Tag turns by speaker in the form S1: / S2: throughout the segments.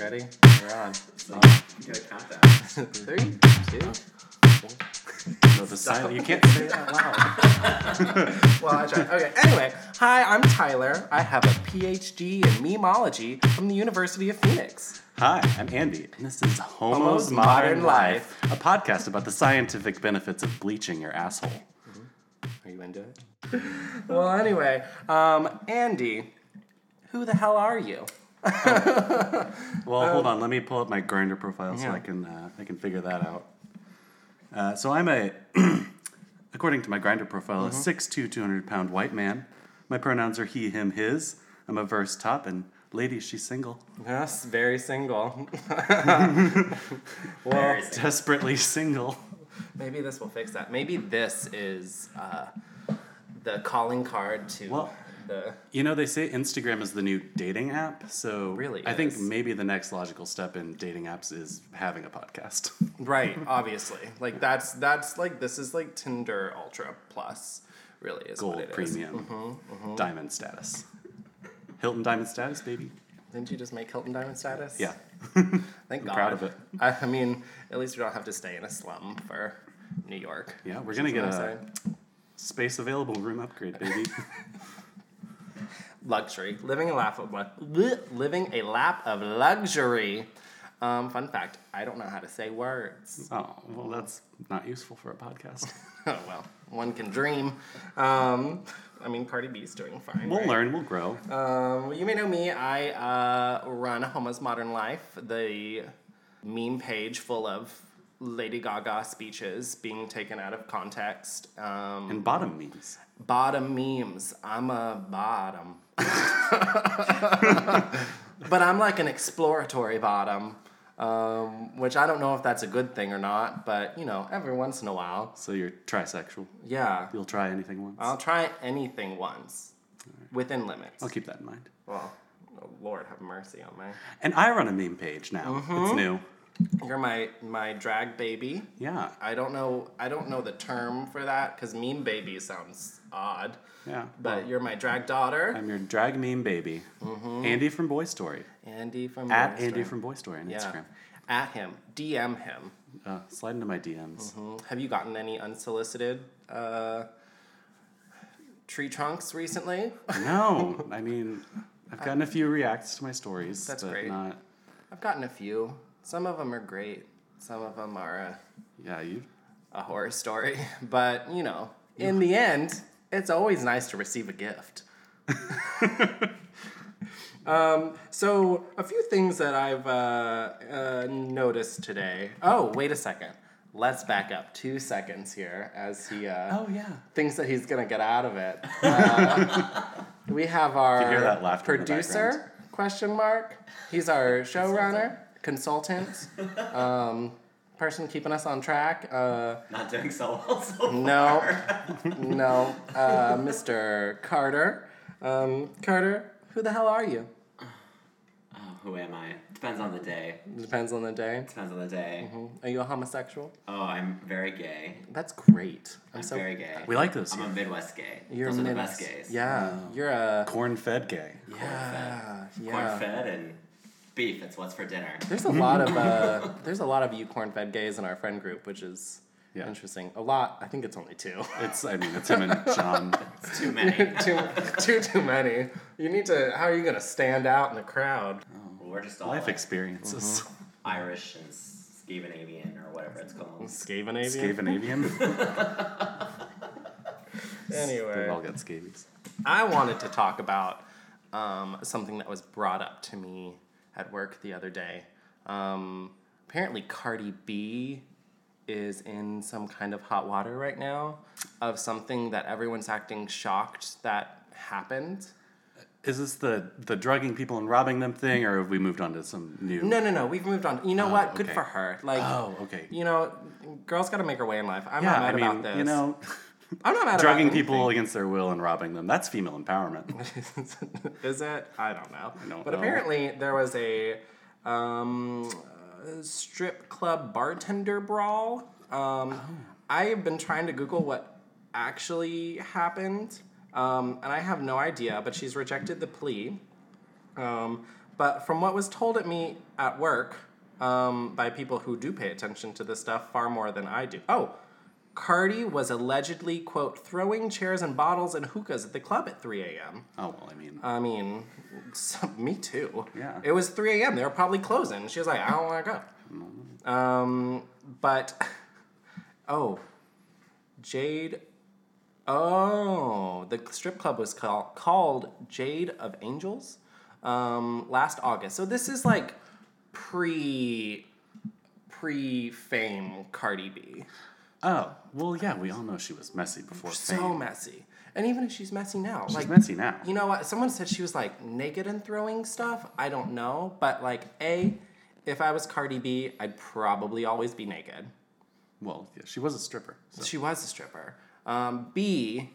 S1: Ready? We're on.
S2: So you gotta count that.
S1: Three, two. No, the
S2: Stop.
S1: silent. You can't say that loud. well, I tried. Okay. Anyway, hi, I'm Tyler. I have a PhD in memeology from the University of Phoenix.
S3: Hi, I'm Andy, and this is Homo's,
S1: Homo's Modern
S3: Modern Life, a podcast about the scientific benefits of bleaching your asshole.
S1: Are you into it? well, anyway, um, Andy, who the hell are you?
S3: Well, hold on, let me pull up my grinder profile so
S1: Oh. yeah.
S3: I can uh, I can figure that out. Uh, so I'm a, according to my grinder profile,
S1: Mm-hmm.
S3: a 6'2", 200 pound white man. My pronouns are he, him, his. I'm a verse top, and lady, she's single,
S1: Yes, very single.
S2: Very sick.
S3: desperately single.
S1: Maybe this will fix that. Maybe this is uh, the calling card to
S3: Well-
S1: the.
S3: You know, they say Instagram is the new dating app, so
S1: Really
S3: I think
S1: is.
S3: maybe the next logical step in dating apps is having a podcast.
S1: Right, obviously. Like that's that's like this is like Tinder Ultra Plus, really is what
S3: gold
S1: it is. Mm-hmm,
S3: premium diamond status hilton diamond status baby
S1: Didn't you just make Hilton Diamond status?
S3: yeah
S1: Thank God.
S3: proud of it.
S1: I, I mean, at least we don't have to stay in a slum for New York.
S3: yeah we're gonna get
S1: What am I
S3: a
S1: saying?
S3: space available room upgrade baby
S1: luxury, living a lap of lu- living a lap of luxury. Um, fun fact: I don't know how to say words.
S3: oh well that's not useful for a podcast
S1: oh well, one can dream. Um, I mean, Cardi B's doing fine.
S3: we'll
S1: right?
S3: learn we'll grow
S1: Um, you may know me. I uh, run Homo's Modern Life, the meme page full of Lady Gaga speeches being taken out of context. Um,
S3: and bottom memes
S1: bottom memes. I'm a bottom. but I'm like an exploratory bottom, um, which I don't know if that's a good thing or not, but you know, every once in a while.
S3: so you're trisexual
S1: Yeah.
S3: you'll try anything once
S1: I'll try anything once within limits.
S3: I'll keep that in mind
S1: Well, oh Lord have mercy on my.
S3: and i run a meme page now it's
S1: Mm-hmm.
S3: new
S1: You're my my drag baby.
S3: yeah
S1: I don't know I don't know the term for that cuz meme baby sounds odd.
S3: yeah
S1: But you're my drag daughter.
S3: i'm your drag meme baby
S1: Mm-hmm.
S3: andy from boy story
S1: Andy from
S3: at
S1: Monster.
S3: andy from boy story on
S1: yeah.
S3: instagram
S1: At him. DM him.
S3: uh, slide into my dms
S1: Mhm. Have you gotten any unsolicited uh, tree trunks recently?
S3: No, I mean, I've gotten a few reacts to my stories.
S1: That's
S3: but
S1: great.
S3: Not,
S1: I've gotten a few. Some of them are great. Some of them are uh, a,
S3: yeah, you.
S1: a horror story. But you know, in the end, it's always nice to receive a gift. um, so a few things that I've uh, uh, noticed today. Oh, wait a second. Let's back up two seconds here as he. Uh,
S3: Oh yeah.
S1: thinks that he's gonna get out of it. Uh, we have our
S3: hear that laughter in the
S1: producer question mark. He's our showrunner, consultant, um, person keeping us on track. Uh,
S2: Not doing so well so
S1: no,
S2: far.
S1: no, uh, Mr. Carter. Um, Carter, who the hell are you?
S2: Oh, who am I? Depends on the day.
S1: Depends on the day.
S2: Depends on the day.
S1: Are you a homosexual?
S2: Oh, I'm very gay.
S1: That's great. I'm,
S2: I'm
S1: so.
S2: very gay.
S3: We like those.
S2: I'm a Midwest gay.
S1: You're
S2: Those are the
S1: Minnes.
S2: best gays.
S1: Yeah, you're a.
S3: Corn fed gay.
S1: Yeah, yeah.
S2: Corn fed and beef. It's what's for dinner.
S1: There's a lot of uh, there's a lot of you corn fed gays in our friend group, which is
S3: Yeah.
S1: interesting. A lot. I think it's only two.
S3: It's. I mean, it's him and John.
S2: It's too many.
S1: too, too too many. You need to. How are you gonna stand out in the crowd?
S2: We're just all
S3: Life
S2: like
S3: experiences.
S1: Mm-hmm.
S2: Irish and Scandinavian or whatever it's called.
S1: Scavanavian.
S3: Scandinavian. We've all
S1: Anyway,
S3: got scabies.
S1: I wanted to talk about um, something that was brought up to me at work the other day. Um, apparently, Cardi B is in some kind of hot water right now of something that everyone's acting shocked that happened.
S3: Is this the the drugging people and robbing them thing, or have we moved on to some new?
S1: No, no, no. We've moved on. You know what? Good
S3: Oh, okay.
S1: for her. Like,
S3: Oh, okay.
S1: you know, girls got to make her way in life. I'm
S3: yeah,
S1: not
S3: I
S1: mad
S3: mean,
S1: about this.
S3: you know,
S1: I'm not mad
S3: drugging
S1: about anything.
S3: people against their will and robbing them. That's female empowerment.
S1: Is it? I don't know. I
S3: don't
S1: but
S3: know.
S1: apparently, there was a um, uh, strip club bartender brawl.
S3: Oh.
S1: Um, I have been trying to Google what actually happened, um, and I have no idea. But she's rejected the plea. Um, But from what was told at me at work um, by people who do pay attention to this stuff far more than I do. Oh, Cardi was allegedly, quote, throwing chairs and bottles and hookahs at the club at 3 a.m.
S3: Oh well, I mean,
S1: I mean, some, me too.
S3: Yeah.
S1: It was 3 a.m. They were probably closing. She was like, I don't want to go. Um, but, oh, Jade. Oh, the strip club was call, called Jade of Angels um, last August. So this is like pre pre fame Cardi B.
S3: oh well, yeah. We all know she was messy before.
S1: So
S3: fame.
S1: messy. And even if she's messy now,
S3: She's
S1: like
S3: messy now.
S1: you know what? Someone said she was like naked and throwing stuff. I don't know, but like a, if I was Cardi B, I'd probably always be naked.
S3: well, yeah, she was a stripper. So.
S1: She was a stripper. Um, B,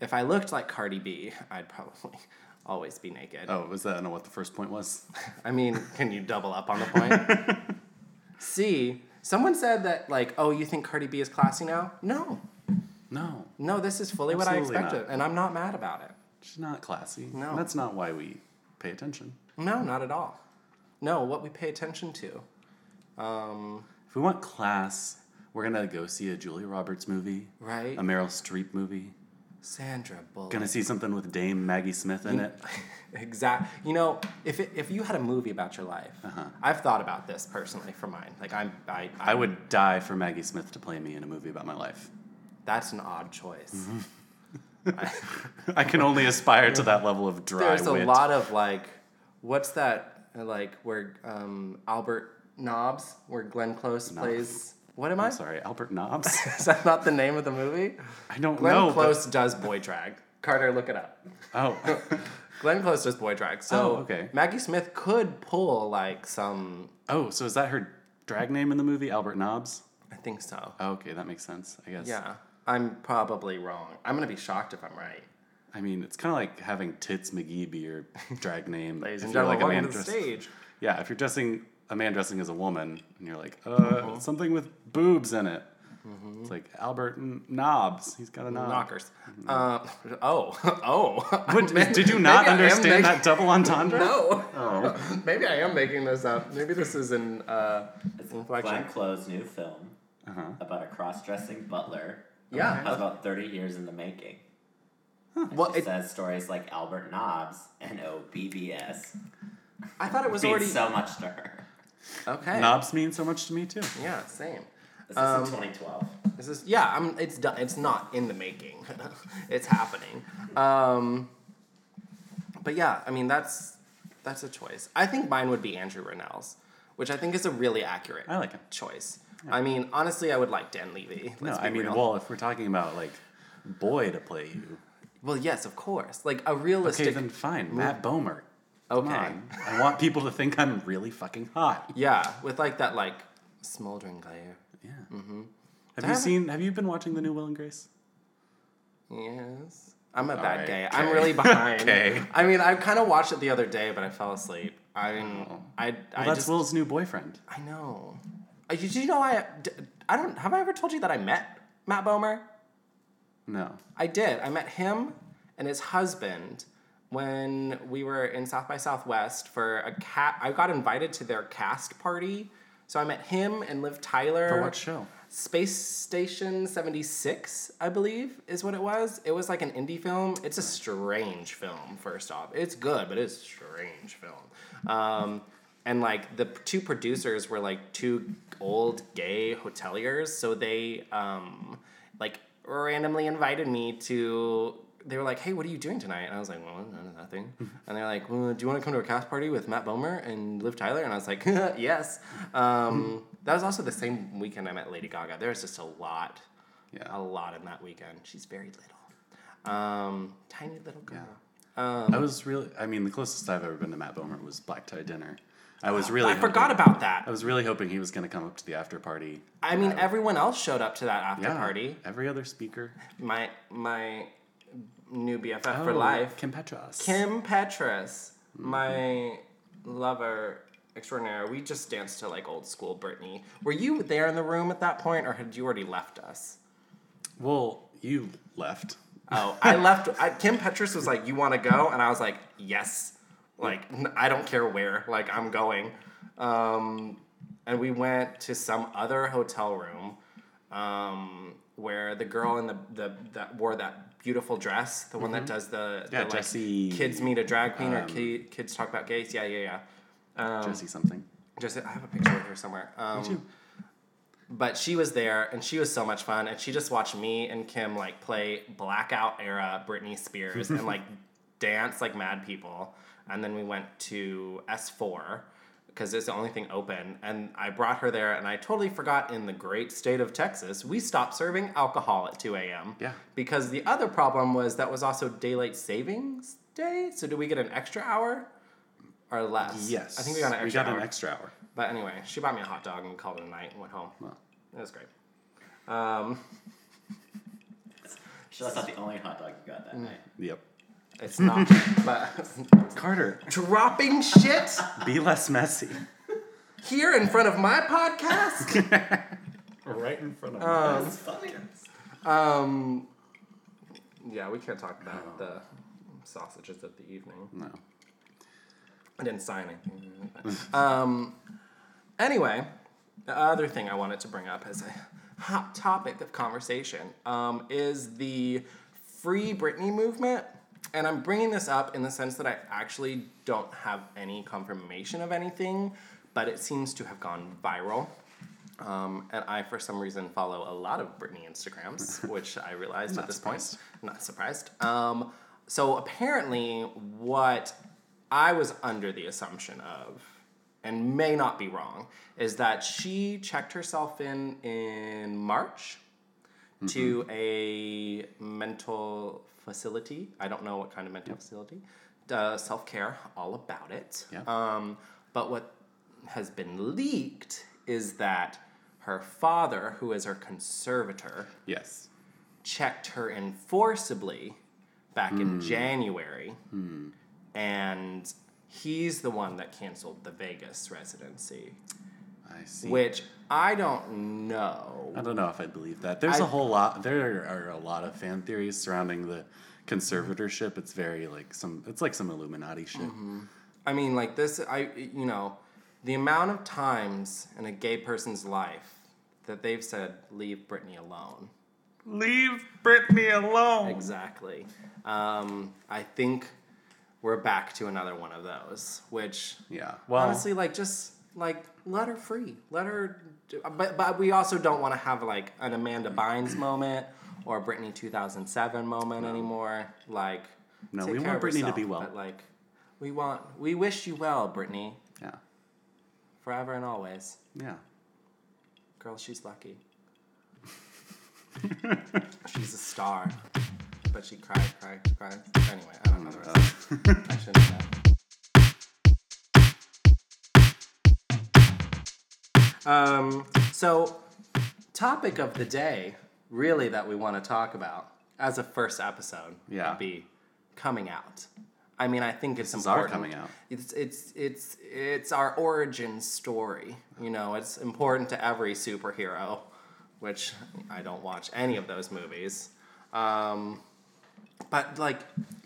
S1: if I looked like Cardi B, I'd probably always be naked.
S3: Oh, was that? I know what the first point was.
S1: I mean, can you double up on the point? C, someone said that like, oh, you think Cardi B is classy now? No,
S3: No,
S1: no, this is fully
S3: Absolutely
S1: what I
S3: not.
S1: expected, and I'm not mad about it.
S3: she's not classy.
S1: No.
S3: And that's not why we pay attention.
S1: No, not at all. No, what we pay attention to. Um,
S3: If we want class, we're gonna go see a Julia Roberts movie,
S1: right?
S3: a Meryl Streep movie.
S1: Sandra Bullock.
S3: Gonna see something with Dame Maggie Smith in it.
S1: exact. You know, if it, if you had a movie about your life,
S3: Uh-huh.
S1: I've thought about this personally for mine. Like I'm, I, I
S3: I would die for Maggie Smith to play me in a movie about my life.
S1: that's an odd choice.
S3: Mm-hmm. I can only aspire to that level of dry
S1: There's a
S3: wit.
S1: lot of like, what's that? uh, Like where um, Albert Nobbs, where Glenn Close
S3: Nobbs.
S1: plays. What am I?
S3: I'm sorry, Albert Nobbs.
S1: Is that not the name of the movie?
S3: I don't
S1: Glenn
S3: know. but-
S1: Close does boy drag. Carter, look it up.
S3: oh,
S1: Glenn Close does boy drag. So
S3: Oh, okay.
S1: Maggie Smith could pull like some.
S3: oh, so is that her drag name in the movie, Albert Nobbs?
S1: I think so.
S3: Oh, okay, that makes sense. I guess.
S1: Yeah, I'm probably wrong. I'm gonna be shocked if I'm right.
S3: I mean, it's kind of like having Tits McGee be your drag name.
S1: Ladies and
S3: if you're
S1: gentlemen,
S3: a man
S1: welcome to the
S3: dressed-
S1: stage.
S3: Yeah, if you're dressing a man dressing as a woman, and you're like, uh,
S1: Mm-hmm.
S3: something with boobs in it. It's like Albert N- Nobbs. He's got a knob.
S1: Knockers. Uh, oh, oh.
S3: What,
S1: Maybe-
S3: did you not
S1: maybe I am
S3: understand
S1: making-
S3: that double entendre?
S1: No. maybe I am making this up. Maybe this is an uh,
S2: It's
S1: inflection.
S2: Glenn Close's new film
S3: Uh-huh.
S2: about a cross-dressing butler.
S1: Yeah. Uh,
S2: Has about 30 years in the making.
S1: Well,
S2: It
S1: it,
S2: says stories like Albert Nobbs and OBBS.
S1: I thought it was
S2: Means
S1: already
S2: so much to her.
S1: okay.
S3: Knobs mean so much to me too.
S1: Yeah, same.
S2: This is
S1: Um,
S2: in 2012.
S1: This is yeah. I'm. It's done. It's not in the making. it's happening. Um, but yeah, I mean that's that's a choice. I think mine would be Andrew Rennell's, which I think is a really accurate
S3: I like him.
S1: choice. I mean, honestly, I would like Dan Levy.
S3: No,
S1: let's
S3: I
S1: be
S3: mean,
S1: real.
S3: well, if we're talking about like boy to play you,
S1: Well, yes, of course. Like a
S3: okay,
S1: realistic.
S3: then fine, Matt Bomer. Come
S1: Okay.
S3: on. I want people to think I'm really fucking hot.
S1: Yeah, with like that like smoldering glare.
S3: Yeah. Mm-hmm. Have you seen? Have you been watching the new Will and Grace?
S1: Yes. I'm a bad
S3: right,
S1: gay. I'm
S3: okay.
S1: really behind.
S3: Okay. Oh.
S1: I mean, I kind of watched it the other day, but I fell asleep. I mean, I, I
S3: Well, that's
S1: just,
S3: Will's new boyfriend.
S1: I know. Uh, Did you know I? d- I don't. Have I ever told you that I met Matt Bomer?
S3: No.
S1: I did. I met him and his husband when we were in South by Southwest for a cat. I got invited to their cast party, so I met him and Liv Tyler.
S3: For what show?
S1: Space Station 76, I believe, is what it was. It was like an indie film. It's a strange film, first off. It's good, but it's a strange film. Um, and like the p- two producers were like two old gay hoteliers, so they um, like randomly invited me to. They were like, "Hey, what are you doing tonight?" And I was like, "Well, none of nothing." and they're like, well, "Do you want to come to a cast party with Matt Bomer and Liv Tyler?" And I was like, "Yes." Um, that was also the same weekend I met Lady Gaga. There was just a lot,
S3: Yeah.
S1: a lot in that weekend. She's very little, um, tiny little girl. um,
S3: I was really. I mean, the closest I've ever been to Matt Bomer was Black Tie Dinner. I was really.
S1: I
S3: hoping-
S1: forgot about that.
S3: I was really hoping he was going to come up to the after party.
S1: I mean, everyone else showed up to that after
S3: Yeah.
S1: party.
S3: Every other speaker.
S1: My my new BFF for
S3: Oh,
S1: life,
S3: Kim Petras.
S1: Kim Petras, my lover extraordinaire. We just danced to like old school Britney. Were you there in the room at that point, or had you already left us?
S3: Well, you left.
S1: Oh, I left. I, Kim Petras was like, "You want to go?" And I was like, "Yes, Like n- I don't care where. Like I'm going. Um, and we went to some other hotel room um, where the girl in the, the that wore that beautiful dress, the one that does the, the
S3: Yeah,
S1: like,
S3: Jessie,
S1: kids meet a drag queen or ki- kids talk about gays. Yeah, yeah, yeah.
S3: Jesse something.
S1: Just I have a picture with her somewhere. Um, But she was there, and she was so much fun, and she just watched me and Kim like play blackout era Britney Spears and like dance like mad people. And then we went to S four because it's the only thing open. And I brought her there, and I totally forgot in the great state of Texas we stopped serving alcohol at two a.m.
S3: Yeah.
S1: because the other problem was that was also daylight savings day. So do we get an extra hour? Or less.
S3: Yes.
S1: I think we got an extra
S3: got
S1: hour.
S3: an extra hour.
S1: But anyway, she bought me a hot dog and called it a night and went home. It was great. Um,
S2: So that's not the only hot dog you got that night.
S3: Yep.
S1: it's not, but
S3: Carter,
S1: dropping shit
S3: be less messy.
S1: here in front of my podcast.
S3: Right in front of
S2: That's funny.
S1: Um, yeah, we can't talk about the sausages of the evening.
S3: No.
S1: I didn't sign anything. um, anyway, the other thing I wanted to bring up as a hot topic of conversation um, is the Free Britney movement. And I'm bringing this up in the sense that I actually don't have any confirmation of anything, but it seems to have gone viral. Um, and I, for some reason, follow a lot of Britney Instagrams, which I realized at this point. Not surprised. Um, so apparently, what I was under the assumption of, and may not be wrong, is that she checked herself in in March to a mental facility. I don't know what kind of mental facility. Uh, Self care, all about it.
S3: Yep.
S1: Um, but what has been leaked is that her father, who is her conservator,
S3: Yes.
S1: checked her in forcibly back in January. And he's the one that canceled the Vegas residency,
S3: I see.
S1: which I don't know.
S3: I don't know if I believe that. There's a
S1: I-
S3: whole lot. There are a lot of fan theories surrounding the conservatorship. It's very like some. It's like some Illuminati shit.
S1: Mm-hmm. I mean, like this, I you know, the amount of times in a gay person's life that they've said, "Leave Britney alone."
S3: Leave Britney alone.
S1: Exactly. Um, I think we're back to another one of those, which
S3: Yeah. Well,
S1: honestly, like, just like let her free, let her. Do, but but we also don't want to have like an Amanda Bynes moment or a Britney 2007 moment anymore. Like,
S3: No,
S1: take
S3: we
S1: care
S3: want
S1: of
S3: Britney to be well.
S1: But like, we want we wish you well, Britney.
S3: yeah,
S1: forever and always.
S3: yeah.
S1: Girl, she's lucky. she's a star. But she cried, cried, cried. Anyway, I don't know. the rest. I shouldn't have. Um, so, topic of the day, really, that we want to talk about as a first episode
S3: Yeah.
S1: would be coming out. I mean, I think it's
S3: our
S1: important.
S3: coming out.
S1: It's it's it's it's our origin story. You know, it's important to every superhero, which I don't watch any of those movies. Um, but like,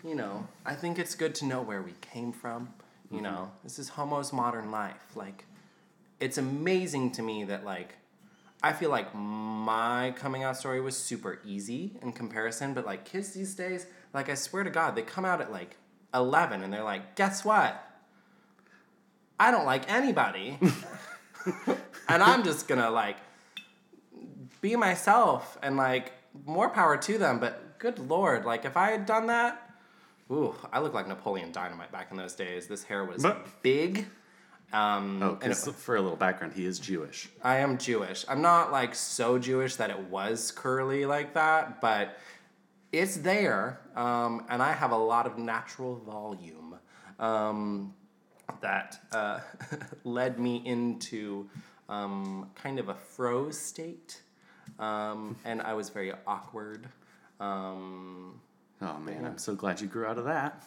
S1: you know, I think it's good to know where we came from. You
S3: Mm-hmm.
S1: know, this is Homo's modern life. Like, it's amazing to me that like, I feel like my coming out story was super easy in comparison, but like kids these days, like I swear to God, they come out at like eleven and they're like, guess what? I don't like anybody, and I'm just gonna like be myself and like more power to them. But good lord, like if I had done that, ooh, I looked like Napoleon Dynamite back in those days. This hair was
S3: But-
S1: big. Um,
S3: Oh,
S1: and it-
S3: 'cause for a little background, he is Jewish.
S1: I am Jewish. I'm not like so Jewish that it was curly like that, but it's there. Um, and I have a lot of natural volume um, that uh, led me into um, kind of a froze state. Um, and I was very awkward. Um,
S3: Oh man, I'm so glad you grew out of that.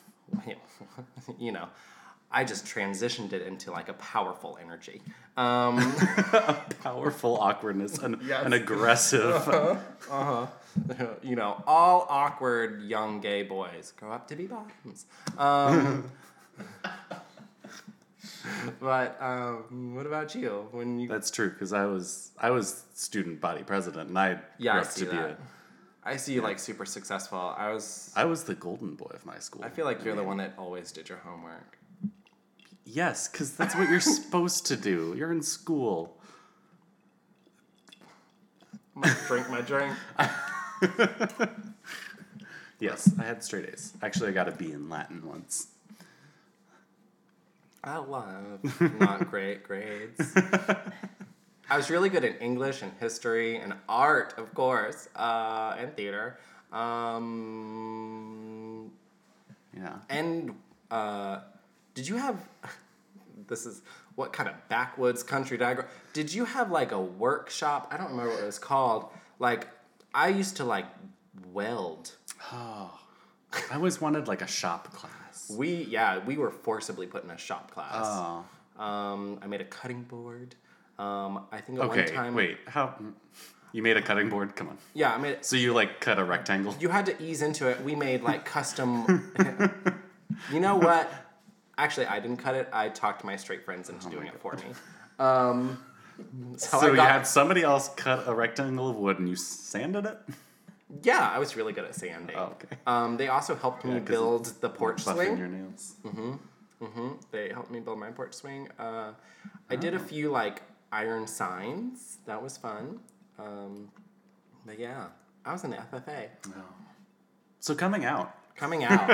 S1: you know, I just transitioned it into like a powerful energy. Um,
S3: Powerful awkwardness, an, an aggressive.
S1: you know, all awkward young gay boys grow up to be bottoms. Um, but um, what about you? When you
S3: That's true because I was I was student body president and I
S1: yeah, I
S3: grew up
S1: see
S3: to be
S1: that.
S3: a
S1: I see you like super successful. I was.
S3: I was the golden boy of my school.
S1: I feel like you're the one that always did your homework.
S3: yes, because that's what you're supposed to do. You're in school.
S1: I'm gonna drink my drink.
S3: Yes, I had straight A's. Actually, I got a B in Latin once.
S1: I love not great grades. I was really good in English and history and art, of course, uh, and theater, um,
S3: Yeah.
S1: and uh, did you have? This is what kind of backwoods country did I grow? Did you have like a workshop? I don't remember what it was called. Like I used to like weld.
S3: I always wanted like a shop class.
S1: We yeah we were forcibly put in a shop class.
S3: Oh.
S1: Um, I made a cutting board. Um, I think at
S3: Okay.
S1: one time.
S3: Wait. How? You made a cutting board? Come on.
S1: Yeah, I made.
S3: So you like cut a rectangle?
S1: You had to ease into it. We made like custom. you know what? Actually, I didn't cut it. I talked my straight friends into doing it for me. Um, so,
S3: Oh so
S1: I
S3: you
S1: got,
S3: had somebody else cut a rectangle of wood and you sanded it?
S1: yeah, I was really good at sanding.
S3: Oh, okay.
S1: Um, they also helped me
S3: 'cause
S1: build the porch
S3: Buffing
S1: swing.
S3: your nails.
S1: They helped me build my porch swing. Uh, I did a
S3: Oh.
S1: few like iron signs. That was fun. Um, but yeah, I was in the FFA.
S3: So coming out
S1: Coming out.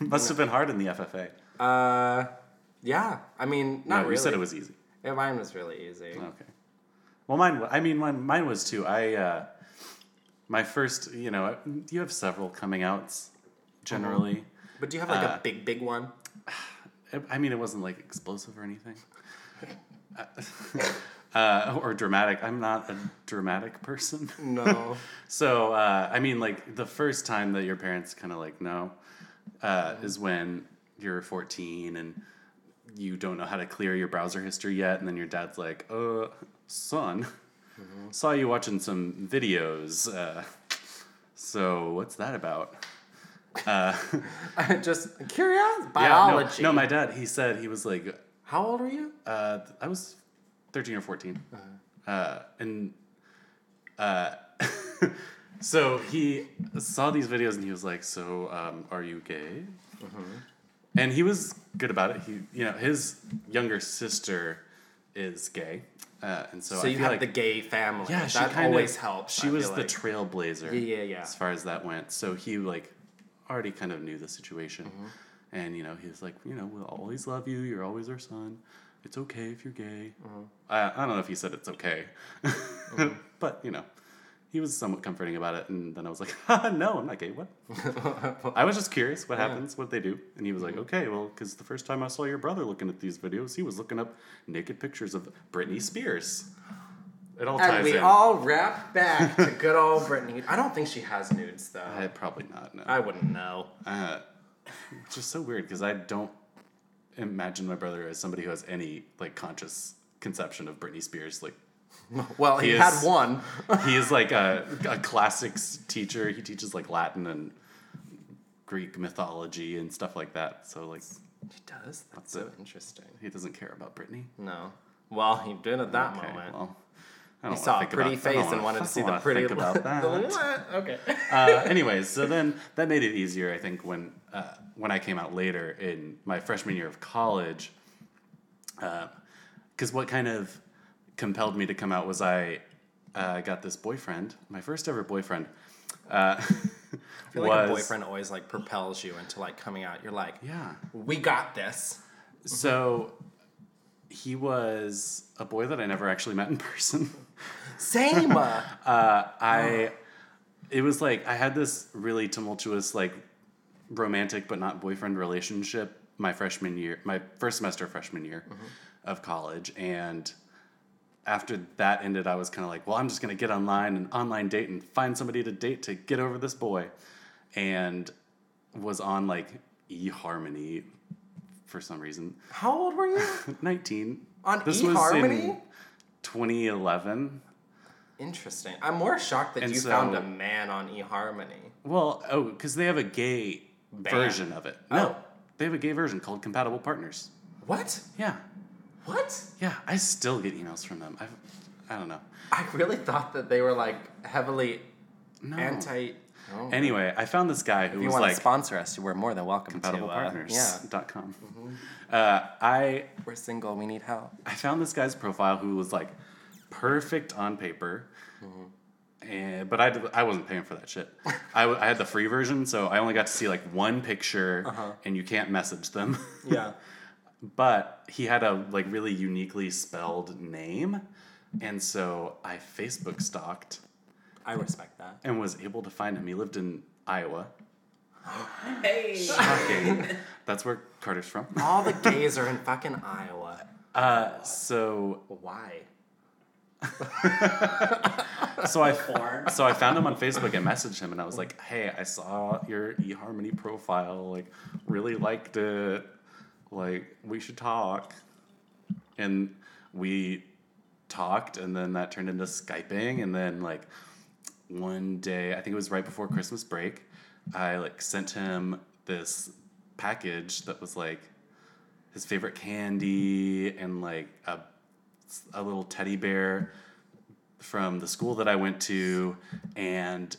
S3: must have been hard in the FFA.
S1: uh, yeah, I mean,
S3: No,
S1: not really.
S3: you said it was easy.
S1: Yeah, mine was really easy.
S3: Okay. Well, mine. wa- I mean, mine, mine was too. I uh, my first. You know, you have several coming outs. Generally,
S1: But do you have like
S3: Uh,
S1: a big, big one?
S3: I- I mean, it wasn't like explosive or anything. Uh, or dramatic. I'm not a dramatic person.
S1: No.
S3: So uh, I mean, like the first time that your parents kind of like no uh, is when you're 14 and you don't know how to clear your browser history yet, and then your dad's like, "Uh, son, saw you watching some videos. Uh, so what's that about?" Uh,
S1: Just curious
S3: Yeah, no-
S1: biology.
S3: no, my dad. He said he was like,
S1: How old were you?
S3: uh, I was 13 or 14. uh
S1: Uh-huh.
S3: and uh, so he saw these videos and he was like, So, um, are you gay?
S1: Uh-huh.
S3: And he was good about it. He, you know, his younger sister is gay. Uh, and so,
S1: So
S3: I
S1: you
S3: feel
S1: have
S3: like
S1: the gay family.
S3: yeah, she
S1: that
S3: kind
S1: always
S3: of,
S1: helps.
S3: She
S1: I
S3: was
S1: feel
S3: the
S1: like.
S3: trailblazer.
S1: Yeah, yeah, yeah.
S3: As far as that went, so he like already kind of knew the situation,
S1: Mm-hmm.
S3: and you know he was like, you know, we'll always love you. You're always our son. It's okay if you're gay.
S1: Mm-hmm.
S3: I, I don't know if he said it's okay, but you know, he was somewhat comforting about it. And then I was like, "Ha, no, I'm not gay. What? I was just curious what happens, what they do. And he was like,
S1: Mm-hmm.
S3: okay, well, because the first time I saw your brother looking at these videos, he was looking up naked pictures of Britney Spears. It all ties
S1: and we
S3: in.
S1: all wrap back to good old Brittany. I don't think she has nudes though.
S3: I
S1: I,
S3: probably not know.
S1: wouldn't know.
S3: Uh, which is so weird because I don't imagine my brother as somebody who has any like conscious conception of Britney Spears. Like
S1: Well, he,
S3: He
S1: had
S3: is-
S1: one.
S3: he is like a, a classics teacher. He teaches like Latin and Greek mythology and stuff like that. So like
S1: He does. That's so
S3: it.
S1: interesting.
S3: he doesn't care about Britney.
S1: No. Well, he did at that
S3: Okay,
S1: moment.
S3: well, I don't
S1: he saw a pretty
S3: about, I
S1: face
S3: don't
S1: and
S3: wanna-
S1: wanted
S3: I
S1: to see
S3: don't
S1: the
S3: wanna
S1: pretty
S3: think about that.
S1: the what? Okay.
S3: uh, anyways, so then that made it easier, I think, when uh, when I came out later in my freshman year of college. Because what kind of compelled me to come out was I uh, got this boyfriend, my first ever boyfriend. Uh,
S1: I feel like a
S3: was-
S1: boyfriend always like propels you into like coming out. You're like,
S3: Yeah.
S1: we got this.
S3: So he was a boy that I never actually met in person.
S1: Same.
S3: uh,
S1: Oh.
S3: I it was like I had this really tumultuous like romantic but not boyfriend relationship my freshman year, my first semester freshman year
S1: Mm-hmm.
S3: of college, and after that ended, I was kind of like, well, I'm just gonna get online and online date and find somebody to date to get over this boy, and was on like eHarmony for some reason.
S1: How old were you?
S3: 19
S1: On
S3: this was in
S1: eHarmony?
S3: 2011.
S1: Interesting. I'm more shocked that
S3: And
S1: you
S3: so-
S1: found a man on eHarmony.
S3: Well, oh, because they have a gay version of it. No,
S1: Oh.
S3: they have a gay version called Compatible Partners.
S1: What?
S3: Yeah,
S1: What?
S3: yeah. I still get emails from them. I've, I don't know.
S1: I really thought that they were like heavily
S3: No.
S1: anti. Oh.
S3: Anyway, I found this guy who
S1: if you
S3: was
S1: want
S3: like
S1: to sponsor us, we're more than welcome to. uh, yeah, Mm-hmm.
S3: compatiblepartners.com. Uh, I
S1: we're single. We need help.
S3: I found this guy's profile who was like perfect on paper.
S1: Mm-hmm.
S3: And, but I, d- I wasn't paying for that shit. I, w- I had the free version, so I only got to see like one picture,
S1: Uh-huh.
S3: and you can't message them.
S1: Yeah.
S3: but he had a like really uniquely spelled name, and so I Facebook stalked
S1: I respect that.
S3: and was able to find him. He lived in Iowa.
S2: Hey.
S3: Shocking. That's where Carter's from.
S1: All the gays are in fucking Iowa.
S3: Uh, so
S1: Why?
S3: So I
S2: Porn.
S3: so I found him on Facebook and messaged him, and I was like, "Hey, I saw your eHarmony profile. Like, really liked it. Like, we should talk." And we talked, and then that turned into skyping, and then like one day, I think it was right before Christmas break, I like sent him this package that was like his favorite candy and like a a little teddy bear from the school that I went to, and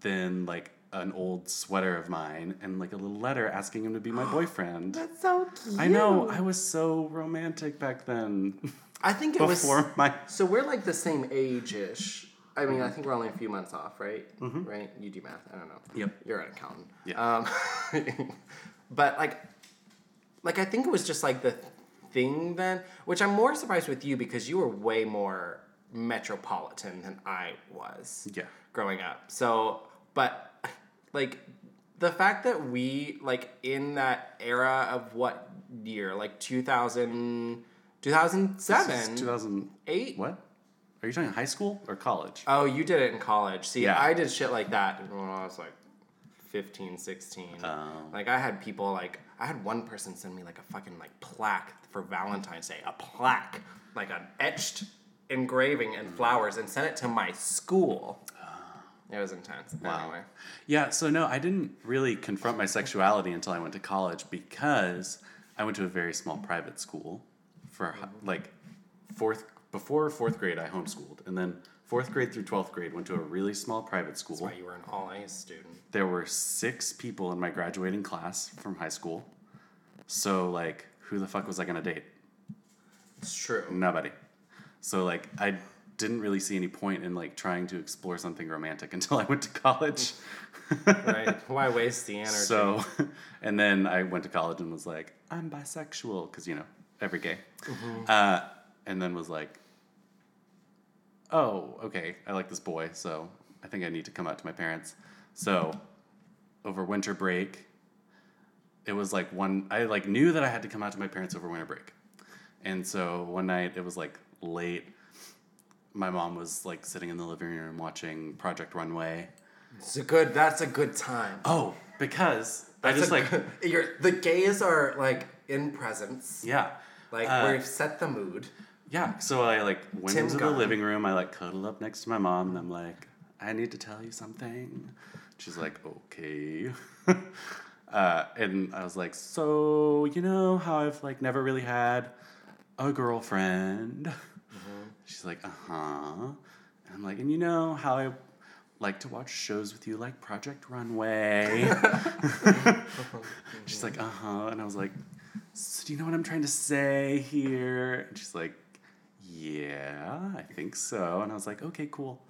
S3: then like an old sweater of mine and like a little letter asking him to be my boyfriend.
S1: That's so cute.
S3: I know I was so romantic back then.
S1: I think it was.
S3: Before my
S1: So we're like the same age ish. I mean, I
S3: Mm-hmm.
S1: think we're only a few months off, right? Right? You do math. I don't know.
S3: Yep.
S1: You're an accountant.
S3: Yeah.
S1: Um, but like, like I think it was just like the thing then, which I'm more surprised with you because you were way more metropolitan than I was.
S3: Yeah.
S1: Growing up. So, but like the fact that we like in that era of what year? Like 2000 2007
S3: two thousand
S1: eight.
S3: what? Are you talking high school or college?
S1: Oh, you did it in college. See,
S3: Yeah.
S1: I did shit like that when I was like 15, 16.
S3: Oh.
S1: Like I had people like I had one person send me like a fucking like plaque for Valentine's Day, a plaque, like an etched engraving and flowers and sent it to my school. It was intense. Wow. Anyway.
S3: Yeah, so no, I didn't really confront my sexuality until I went to college because I went to a very small private school for like fourth before fourth grade I homeschooled and then fourth grade through twelfth grade went to a really small private school.
S1: But you were an all A student.
S3: There were six people in my graduating class from high school. So like who the fuck was I gonna date?
S1: It's true.
S3: Nobody. So like I didn't really see any point in like trying to explore something romantic until I went to college.
S1: Right? Why waste the energy?
S3: So, and then I went to college and was like, I'm bisexual, because, you know, every gay.
S1: Mm-hmm.
S3: Uh, and then was like, oh, okay, I like this boy, so I think I need to come out to my parents. So, over winter break, it was like one, I like knew that I had to come out to my parents over winter break. And so one night, it was like late. My mom was like sitting in the living room watching Project Runway.
S1: it's a good that's a good time.
S3: Oh, because I
S1: That's
S3: just
S1: a
S3: like
S1: good- you're, the gays are like in presence.
S3: Yeah.
S1: Like
S3: Uh,
S1: we've set the mood.
S3: yeah. So I like went
S1: Tim
S3: into the
S1: Gunn.
S3: living room. I like cuddled up next to my mom, and I'm like, I need to tell you something. She's like, okay. uh, and I was like, so you know how I've like never really had a girlfriend. She's like, uh huh. And I'm like, and you know how I like to watch shows with you, like Project Runway. she's like, uh huh. And I was like, so do you know what I'm trying to say here? And she's like, yeah, I think so. And I was like, okay, cool.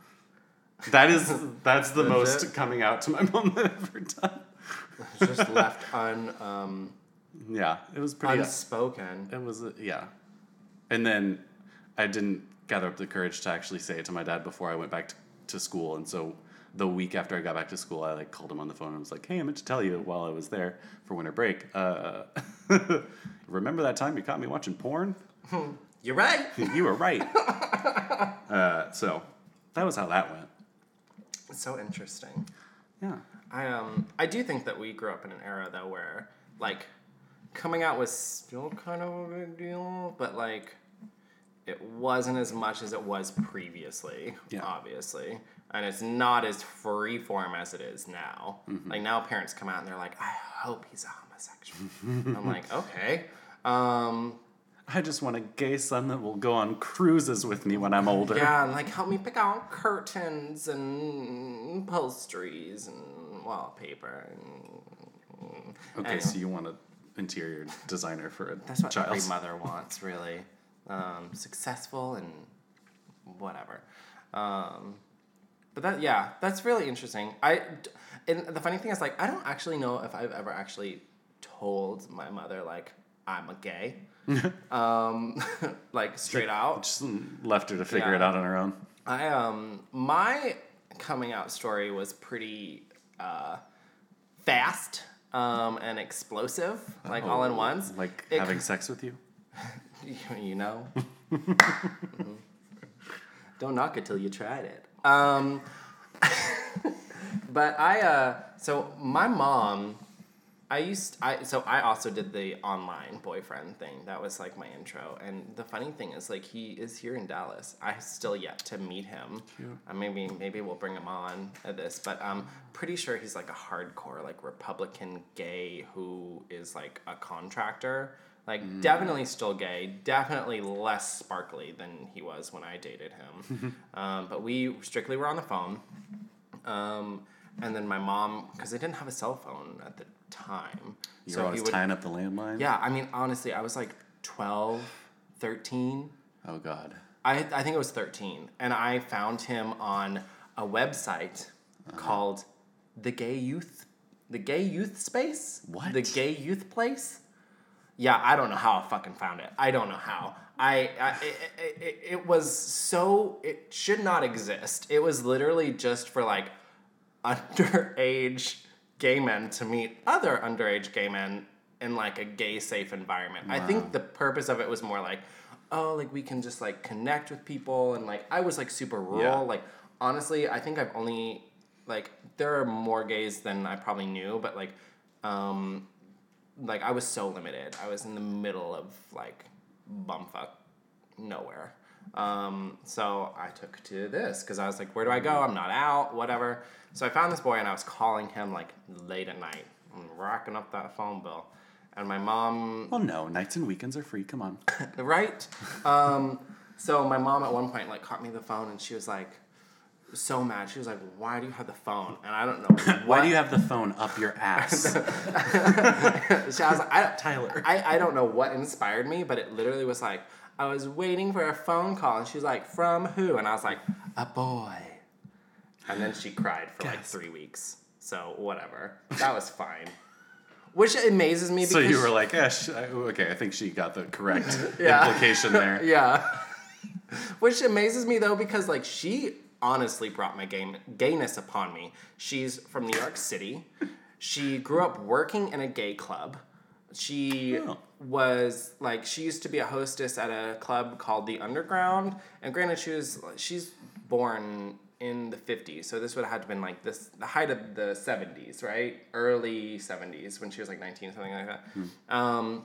S3: That is that's the
S1: That's
S3: most
S1: it?
S3: coming out to my mom that I've ever done.
S1: just left un um,
S3: Yeah, it was pretty.
S1: unspoken.
S3: It was a, yeah, and then I didn't gather up the courage to actually say it to my dad before I went back to, to school, and so the week after I got back to school, I like called him on the phone and was like, "Hey, I meant to tell you while I was there for winter break. Uh, remember that time you caught me watching porn?
S1: You're right.
S3: you were right." uh, so that was how that went.
S1: It's so interesting.
S3: Yeah,
S1: I um I do think that we grew up in an era though where like coming out was still kind of a big deal, but like it wasn't as much as it was previously,
S3: Yeah.
S1: obviously. And it's not as free form as it is
S3: Mm-hmm.
S1: now. Like now parents come out and they're like, I hope he's a homosexual. I'm like, okay. Um,
S3: I just want a gay son that will go on cruises with me when I'm older.
S1: yeah, and like help me pick out curtains and upholsteries and wallpaper. And...
S3: Okay, so you want an interior designer for a
S1: That's what
S3: child.
S1: every mother wants, really. Um, successful and whatever. Um, but that, yeah, that's really interesting. I, d- and the funny thing is, like, I don't actually know if I've ever actually told my mother, like, I'm a gay. um, like, straight out.
S3: Just left her to figure it
S1: Yeah.
S3: out on her own.
S1: I um my coming out story was pretty uh, fast um, and explosive, like all in
S3: Oh,
S1: once.
S3: Like
S1: It-
S3: having sex with you.
S1: you know. Mhm. Don't knock it till you tried it. Um, but I uh, so my mom, I used I so I also did the online boyfriend thing. That was like my intro. And the funny thing is like he is here in Dallas. I still yet to meet him. Uh, maybe maybe we'll bring him on at this, but I'm pretty sure he's like a hardcore like Republican gay who is like a contractor. Like definitely still gay, definitely less sparkly than he was when I dated him. um, but we strictly were on the phone. Um, and then my mom, because I didn't have a cell phone at the time.
S3: You're always
S1: he would-
S3: tying up the landline.
S1: Yeah, I mean, honestly, I was like 12, 13.
S3: Oh God.
S1: I, I think it was 13. And I found him on a website
S3: Uh-huh.
S1: called The Gay Youth. The Gay Youth Space?
S3: What?
S1: The Gay Youth Place? Yeah, I don't know how I fucking found it. I don't know how. I, I it, it- it, it was so it should not exist. It was literally just for like underage gay men to meet other underage gay men in like a gay safe environment. I think the purpose of it was more like, oh, like we can just like connect with people and like I was like super rural.
S3: Yeah.
S1: Like honestly, I think I've only like there are more gays than I probably knew, but like um like I was so limited. I was in the middle of like bumfuck nowhere. Um, so I took to this because I was like, where do I go? I'm not out, whatever. So I found this boy and I was calling him like late at night, and racking up that phone bill. And my mom
S3: Well, no. Nights and weekends are free. Come on.
S1: right? Um, so my mom at one point like caught me the phone and she was like so mad. She was like, "Why do you have the phone?" And I don't know
S3: Why do you have the phone up your ass?
S1: have. I was like, I,
S3: Tyler.
S1: I I don't know what inspired me, but it literally was like I was waiting for a phone call and she was like, "From who?" And I was like, "A boy." And then she cried for like
S3: Gasp.
S1: three weeks. So whatever, that was fine. Which amazes me. Because
S3: so you were like, eh, sh- I- okay, I think she got the correct
S1: Yeah.
S3: implication there.
S1: Yeah. Which amazes me though, because like she honestly brought my game gayness upon me. She's from New York City. She grew up working in a gay club. She
S3: Oh.
S1: was like she used to be a hostess at a club called the Underground. And granted, she was she's born in the 50s so this would have had to been like this the height of the 70s right early 70s when she was like 19 or something like that um,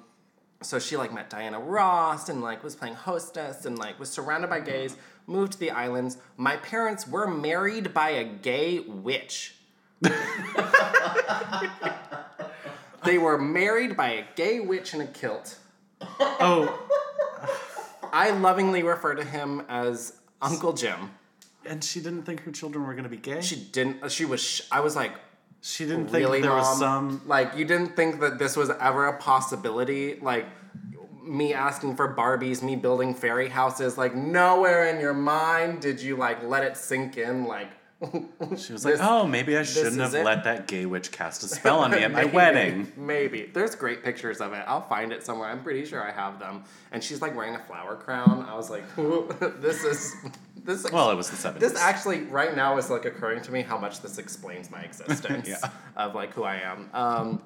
S1: so she like met Diana Ross and like was playing hostess and like was surrounded by gays, moved to the islands. My parents were married by a gay witch. they were married by a gay witch in a kilt.
S3: Oh,
S1: I lovingly refer to him as Uncle Jim.
S3: and she didn't think her children were going to be gay.
S1: She didn't she was sh- I was like
S3: She didn't think
S1: really
S3: there
S1: mom
S3: was some
S1: like you didn't think that this was ever a possibility like me asking for barbies me building fairy houses like nowhere in your mind did you like let it sink in like
S3: She was
S1: This-
S3: like, "Oh, maybe I shouldn't
S1: is
S3: have
S1: it."
S3: let that gay witch cast a spell on me at my wedding."
S1: maybe there's great pictures of it i'll find it somewhere i'm pretty sure i have them and she's like wearing a flower crown i was like this is this
S3: Well, it was the seventies.
S1: This actually right now is like occurring to me how much this explains my existence
S3: Yeah.
S1: of like who I am. Um,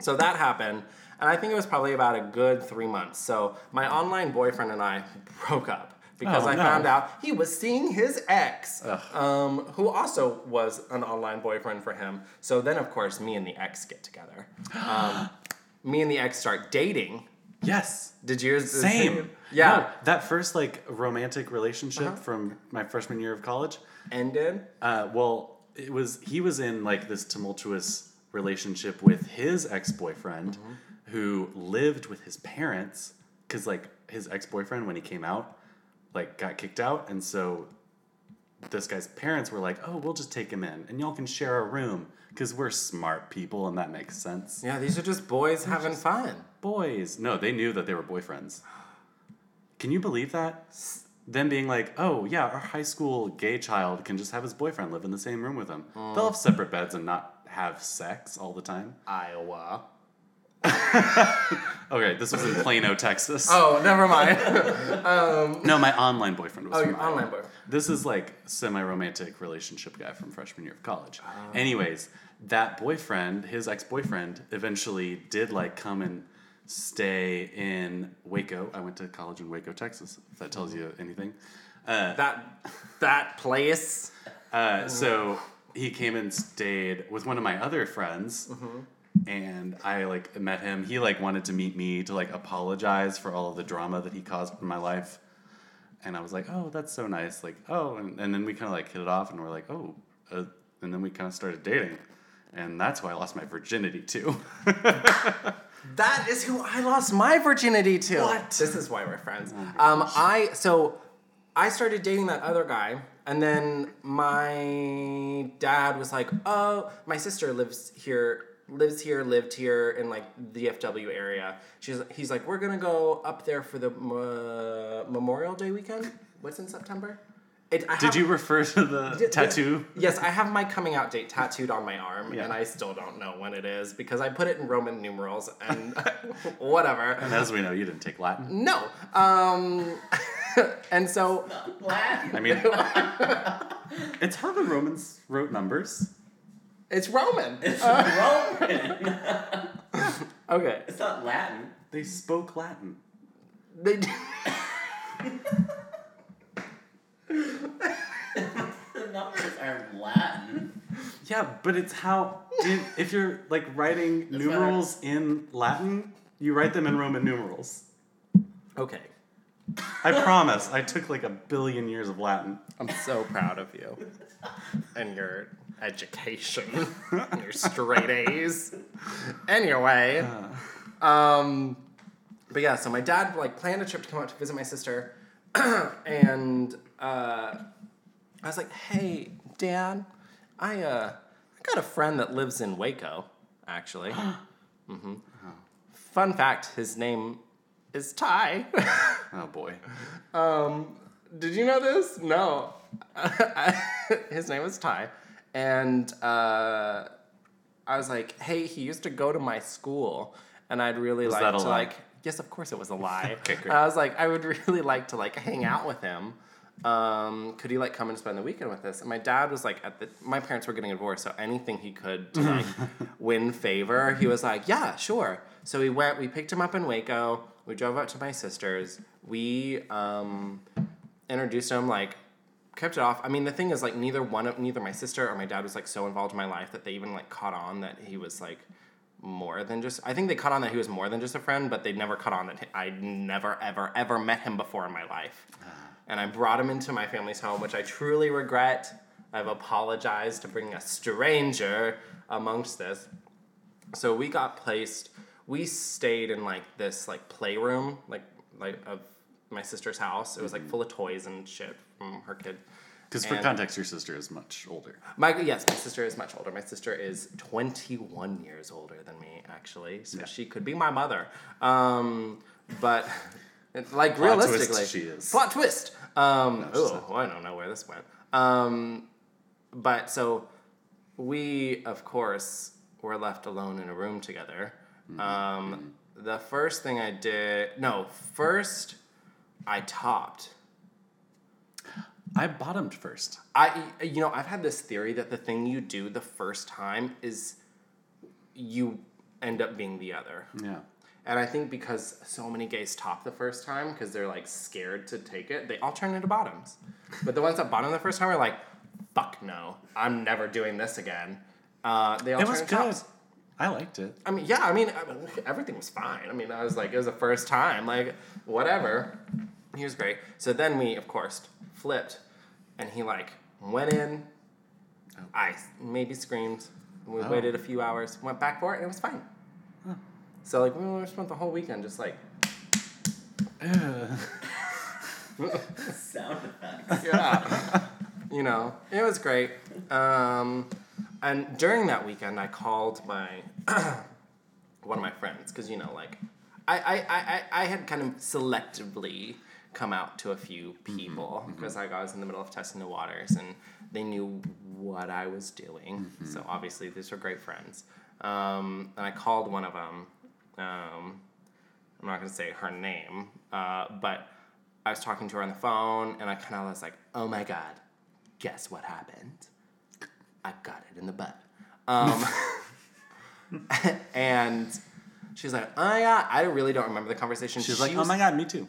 S1: so that happened, and I think it was probably about a good three months. So my online boyfriend and I broke up because
S3: Oh,
S1: I
S3: no.
S1: found out he was seeing his ex, um, who also was an online boyfriend for him. So then, of course, me and the ex get together. Um, me and the ex start dating.
S3: yes,
S1: Did yours the
S3: same.
S1: Yeah, Uh-huh.
S3: No, that first like romantic relationship from my freshman year of college.
S1: ended.
S3: Uh, well, it
S1: Mm-hmm.
S3: was he was in like this tumultuous relationship with his ex boyfriend, who lived with his parents because like his ex-boyfriend when he came out like got kicked out and so this guy's parents were like oh we'll just take him in and y'all can share a room because we're smart people and that makes sense
S1: Yeah, these are just boys having fun.
S3: boys no they knew that they were boyfriends can you believe that them being like oh yeah our high school gay child can just have his boyfriend live in the same room with him they'll have separate beds and not have sex all the time
S1: Iowa.
S3: okay this was in plano texas
S1: Oh, never mind.
S3: No, my online boyfriend was.
S1: Oh,
S3: from
S1: your
S3: Iowa.
S1: online boyfriend.
S3: This is like semi-romantic relationship guy from freshman year of college.
S1: Ah.
S3: Anyways, that boyfriend, his ex-boyfriend, eventually did like come and stay in Waco. I went to college in Waco, Texas. If that tells you anything.
S1: that that place.
S3: Uh, so he came and stayed with one of my other friends. And I like met him. He like wanted to meet me to like apologize for all of the drama that he caused in my life. And I was like, oh, that's so nice. Like, oh, and, and then we kind of like hit it off and we're like, oh, uh, and then we kind of started dating. And that's why I lost my virginity too.
S1: That is who I lost my virginity to.
S3: What?
S1: This is why we're friends. um, I so I started dating that other guy, and then my dad was like, "Oh, my sister lives here." Lives here, lived here in like the DFW area. She's he's like, we're gonna go up there for the uh, Memorial Day weekend. What's in September? It, I
S3: Did
S1: have-
S3: you refer to the tattoo?
S1: Yes, I have my coming out date tattooed on my arm,
S3: Yeah.
S1: and I still don't know when it is because I put it in Roman numerals and whatever.
S3: As we know, you didn't take Latin.
S1: No. Um, and so,
S3: I mean, it's how the Romans wrote numbers.
S1: it's Roman.
S2: It's Roman.
S1: Okay.
S2: it's not Latin.
S3: They spoke Latin.
S1: They d-
S2: The numbers are Latin.
S3: Yeah, but it's how in, if you're like writing numerals in Latin, you write them in Roman numerals.
S1: okay.
S3: I promise. I took like a billion years of Latin.
S1: I'm so proud of you and your education, and your straight A's. Anyway, um, but yeah, so my dad like planned a trip to come out to visit my sister, and uh, I was like, "Hey, Dad, I uh, I got a friend that lives in Waco, actually." hmm Fun fact: his name is Ty.
S3: Oh boy.
S1: Did you know this? No. His name is Ty. And uh, I was like, hey, he used to go to my school. And I'd really like
S3: that
S1: to
S3: a lie?
S1: like, yes, of course it was a lie.
S3: Okay, great.
S1: I was like, I would really like to like hang out with him. Um, could he like come and spend the weekend with us? And my dad was like, at the my parents were getting a divorce, so anything he could to like win favor, he was like, yeah, sure. So we went, we picked him up in Waco, we drove out to my sister's, we um, introduced him like kept it off i mean the thing is like neither one of neither my sister or my dad was like so involved in my life that they even like caught on that he was like more than just i think they caught on that he was more than just a friend but they never caught on that he- i never ever ever met him before in my life and i brought him into my family's home which i truly regret i've apologized to bringing a stranger amongst this so we got placed we stayed in like this like playroom like like of my sister's house it was like full of toys and shit from her kid
S3: Because for
S1: And-
S3: context, your sister is much older.
S1: my yes my sister is much older my sister is 21 years older than me actually so she could be my mother um but like
S3: Plot twist,
S1: realistically
S3: she is.
S1: plot twist um
S3: she's
S1: oh i don't know where this went um but so we of course were left alone in a room together
S3: Mm-hmm.
S1: um the first thing i did no first i topped
S3: I bottomed first.
S1: I you know I've had this theory that the thing you do the first time is you end up being the other.
S3: Yeah.
S1: And I think because so many gays top the first time because they're like scared to take it, they all turn into bottoms. But the ones that bottom the first time are like, "Fuck no, I'm never doing this again." Uh, they all
S3: It
S1: turn
S3: was
S1: into
S3: good.
S1: tops.
S3: I liked it.
S1: I mean, yeah, I mean, I- everything was fine. I mean, I was like, it was the first time, like, whatever. He was great. So then we, of course, flipped, and he, like, went in. I s- maybe screamed. We waited a few hours, went back for it, and it was fine. So like, well, I spent the whole weekend just like,
S2: Sound effects.
S1: yeah, you know, it was great. Um, and during that weekend, I called my one of my friends because you know, like, I I, I I I had kind of selectively come out to a few people because like I was in the middle of testing the waters and they knew what I was doing. So obviously, these were great friends. Um, and I called one of them. Um, I'm not gonna say her name, uh, but I was talking to her on the phone, and I kind of was like, "Oh my god, guess what happened? I got it in the butt." Um, and she's like, "Oh my god, I really don't remember the conversation."
S3: She's
S1: She
S3: like, oh
S1: was-
S3: my god, me too.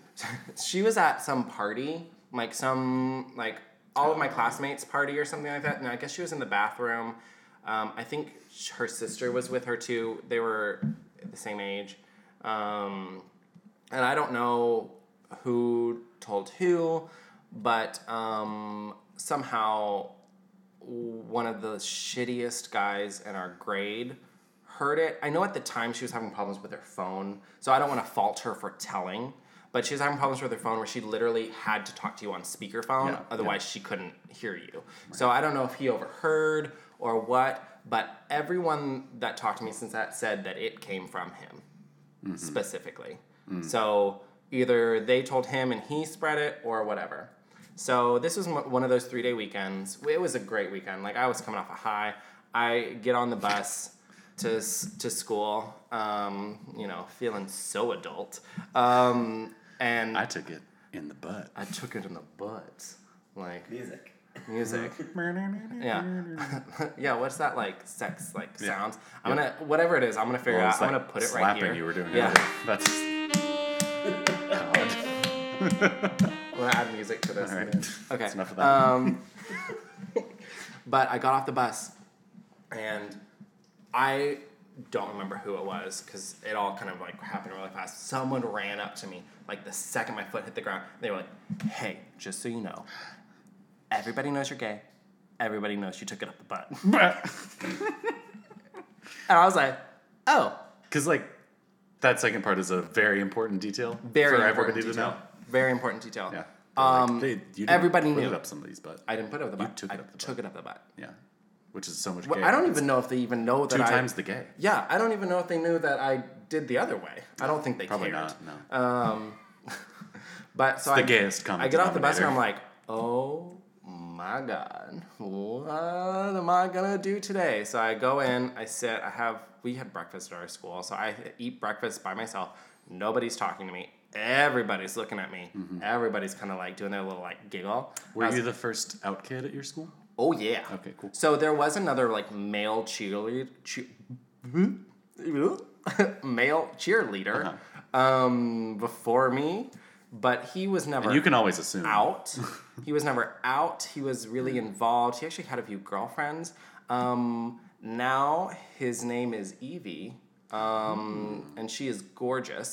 S1: she was at some party, like some like all of my classmates' party or something like that. And I guess she was in the bathroom. Um, I think sh- her sister was with her too. They were the same age, um, and I don't know who told who, but um, somehow one of the shittiest guys in our grade heard it. I know at the time she was having problems with her phone, so I don't want to fault her for telling, but she was having problems with her phone where she literally had to talk to you on speakerphone,
S3: Yeah,
S1: otherwise she couldn't hear you. So I don't know if he overheard or what, but everyone that talked to me since that said that it came from him Mm. specifically. So either they told him and he spread it or whatever. So this was m- one of those three day weekends. It was a great weekend. Like I was coming off a high. I get on the bus to s- to school. Um, you know, feeling so adult. Um, and
S3: I
S1: I
S3: took it in the butt.
S1: took it in the butt, like
S2: Music.
S1: music. Yeah, yeah. What's that like? Sex like sounds. I'm gonna whatever it is. I'm gonna figure
S3: Well,
S1: out.
S3: it's
S1: I'm
S3: like
S1: gonna put it right
S3: slapping
S1: here.
S3: you were doing
S1: Yeah,
S3: earlier. That's God.
S1: I'm gonna add music to this.
S3: All right.
S1: and then- Okay.
S3: That's enough of that.
S1: Um, but I got off the bus, and I don't remember who it was because it all kind of like happened really fast. Someone ran up to me like the second my foot hit the ground. They were like, "Hey, just so you know, everybody knows you're gay. Everybody knows you took it up the butt." and I was like, "Oh,
S3: Because like that second part is a very important detail
S1: very
S3: for
S1: important
S3: everybody
S1: detail.
S3: to know.
S1: Very important detail."
S3: Yeah.
S1: Um,
S3: They- you didn't
S1: everybody
S3: put
S1: knew.
S3: it up somebody's butt.
S1: I didn't put it up the butt.
S3: took it
S1: I
S3: up the
S1: took it up the butt.
S3: yeah, which is so much.
S1: Well,
S3: gay.
S1: I don't even know if they even know that
S3: two
S1: I.
S3: times the gay.
S1: Yeah, I don't even know if they knew that I did the other way. I don't think they
S3: Probably
S1: cared. Uh,
S3: not. No.
S1: But so
S3: the
S1: I,
S3: gayest common
S1: I get off the bus and I'm
S3: denominator.
S1: like, oh my god, what am I gonna do today? So I go in, I sit, I have we had breakfast at our school, so I eat breakfast by myself. Nobody's talking to me. Everybody's looking at me.
S3: Mm-hmm.
S1: Everybody's kind of like doing their little like giggle.
S3: Were
S1: I was
S3: you the first out kid at your school?
S1: Oh yeah.
S3: Okay, cool.
S1: So there was another like male cheerleader, male cheerleader,
S3: Uh-huh.
S1: um, before me, but he was never
S3: You can always assume.
S1: out. he was never out. He was really involved. He actually had a few girlfriends. Um, now his name is Evie, um, and she is gorgeous,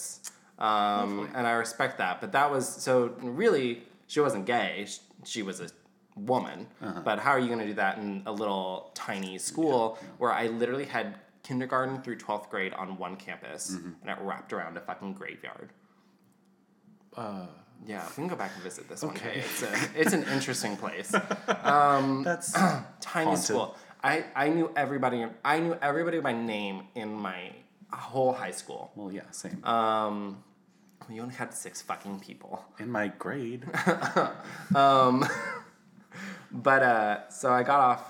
S1: um, and I respect that. But that was so really. She wasn't gay. She, she was a woman. But how are you going to do that in a little tiny school where I literally had kindergarten through twelfth grade on one campus, and it wrapped around a fucking graveyard. Yeah, we can go back and visit this one.
S3: Okay.
S1: day. It's, a, it's an interesting place. Um,
S3: That's
S1: Tiny
S3: Haunted.
S1: school. I, I knew everybody. I knew everybody by name in my whole high school.
S3: well, yeah, same.
S1: Uh, We only had six fucking people.
S3: In my grade,
S1: But uh, so I got off,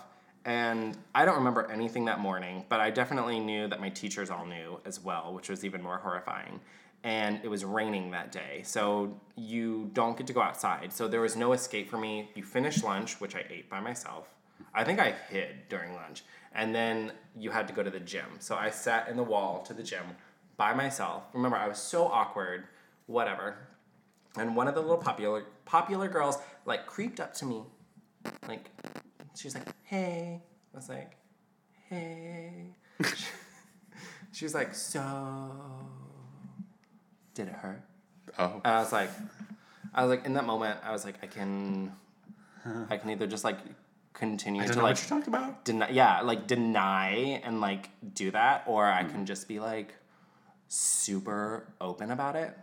S1: and I don't remember anything that morning. But I definitely knew that my teachers all knew as well, which was even more horrifying. And it was raining that day, so you don't get to go outside. So there was no escape for me. You finish lunch, which I ate by myself. I think I hid during lunch, and then you had to go to the gym. So I sat in the wall to the gym by myself. Remember, I was so awkward. Whatever. And one of the little popular popular girls like creeped up to me like she was like hey i was like hey she was like so did it hurt
S3: oh,
S1: and i was like i was like in that moment i was like i can i can either just like continue
S3: I
S1: to
S3: don't know
S1: like
S3: what you're talking about.
S1: deny yeah like deny and like do that or i can just be like super open about it.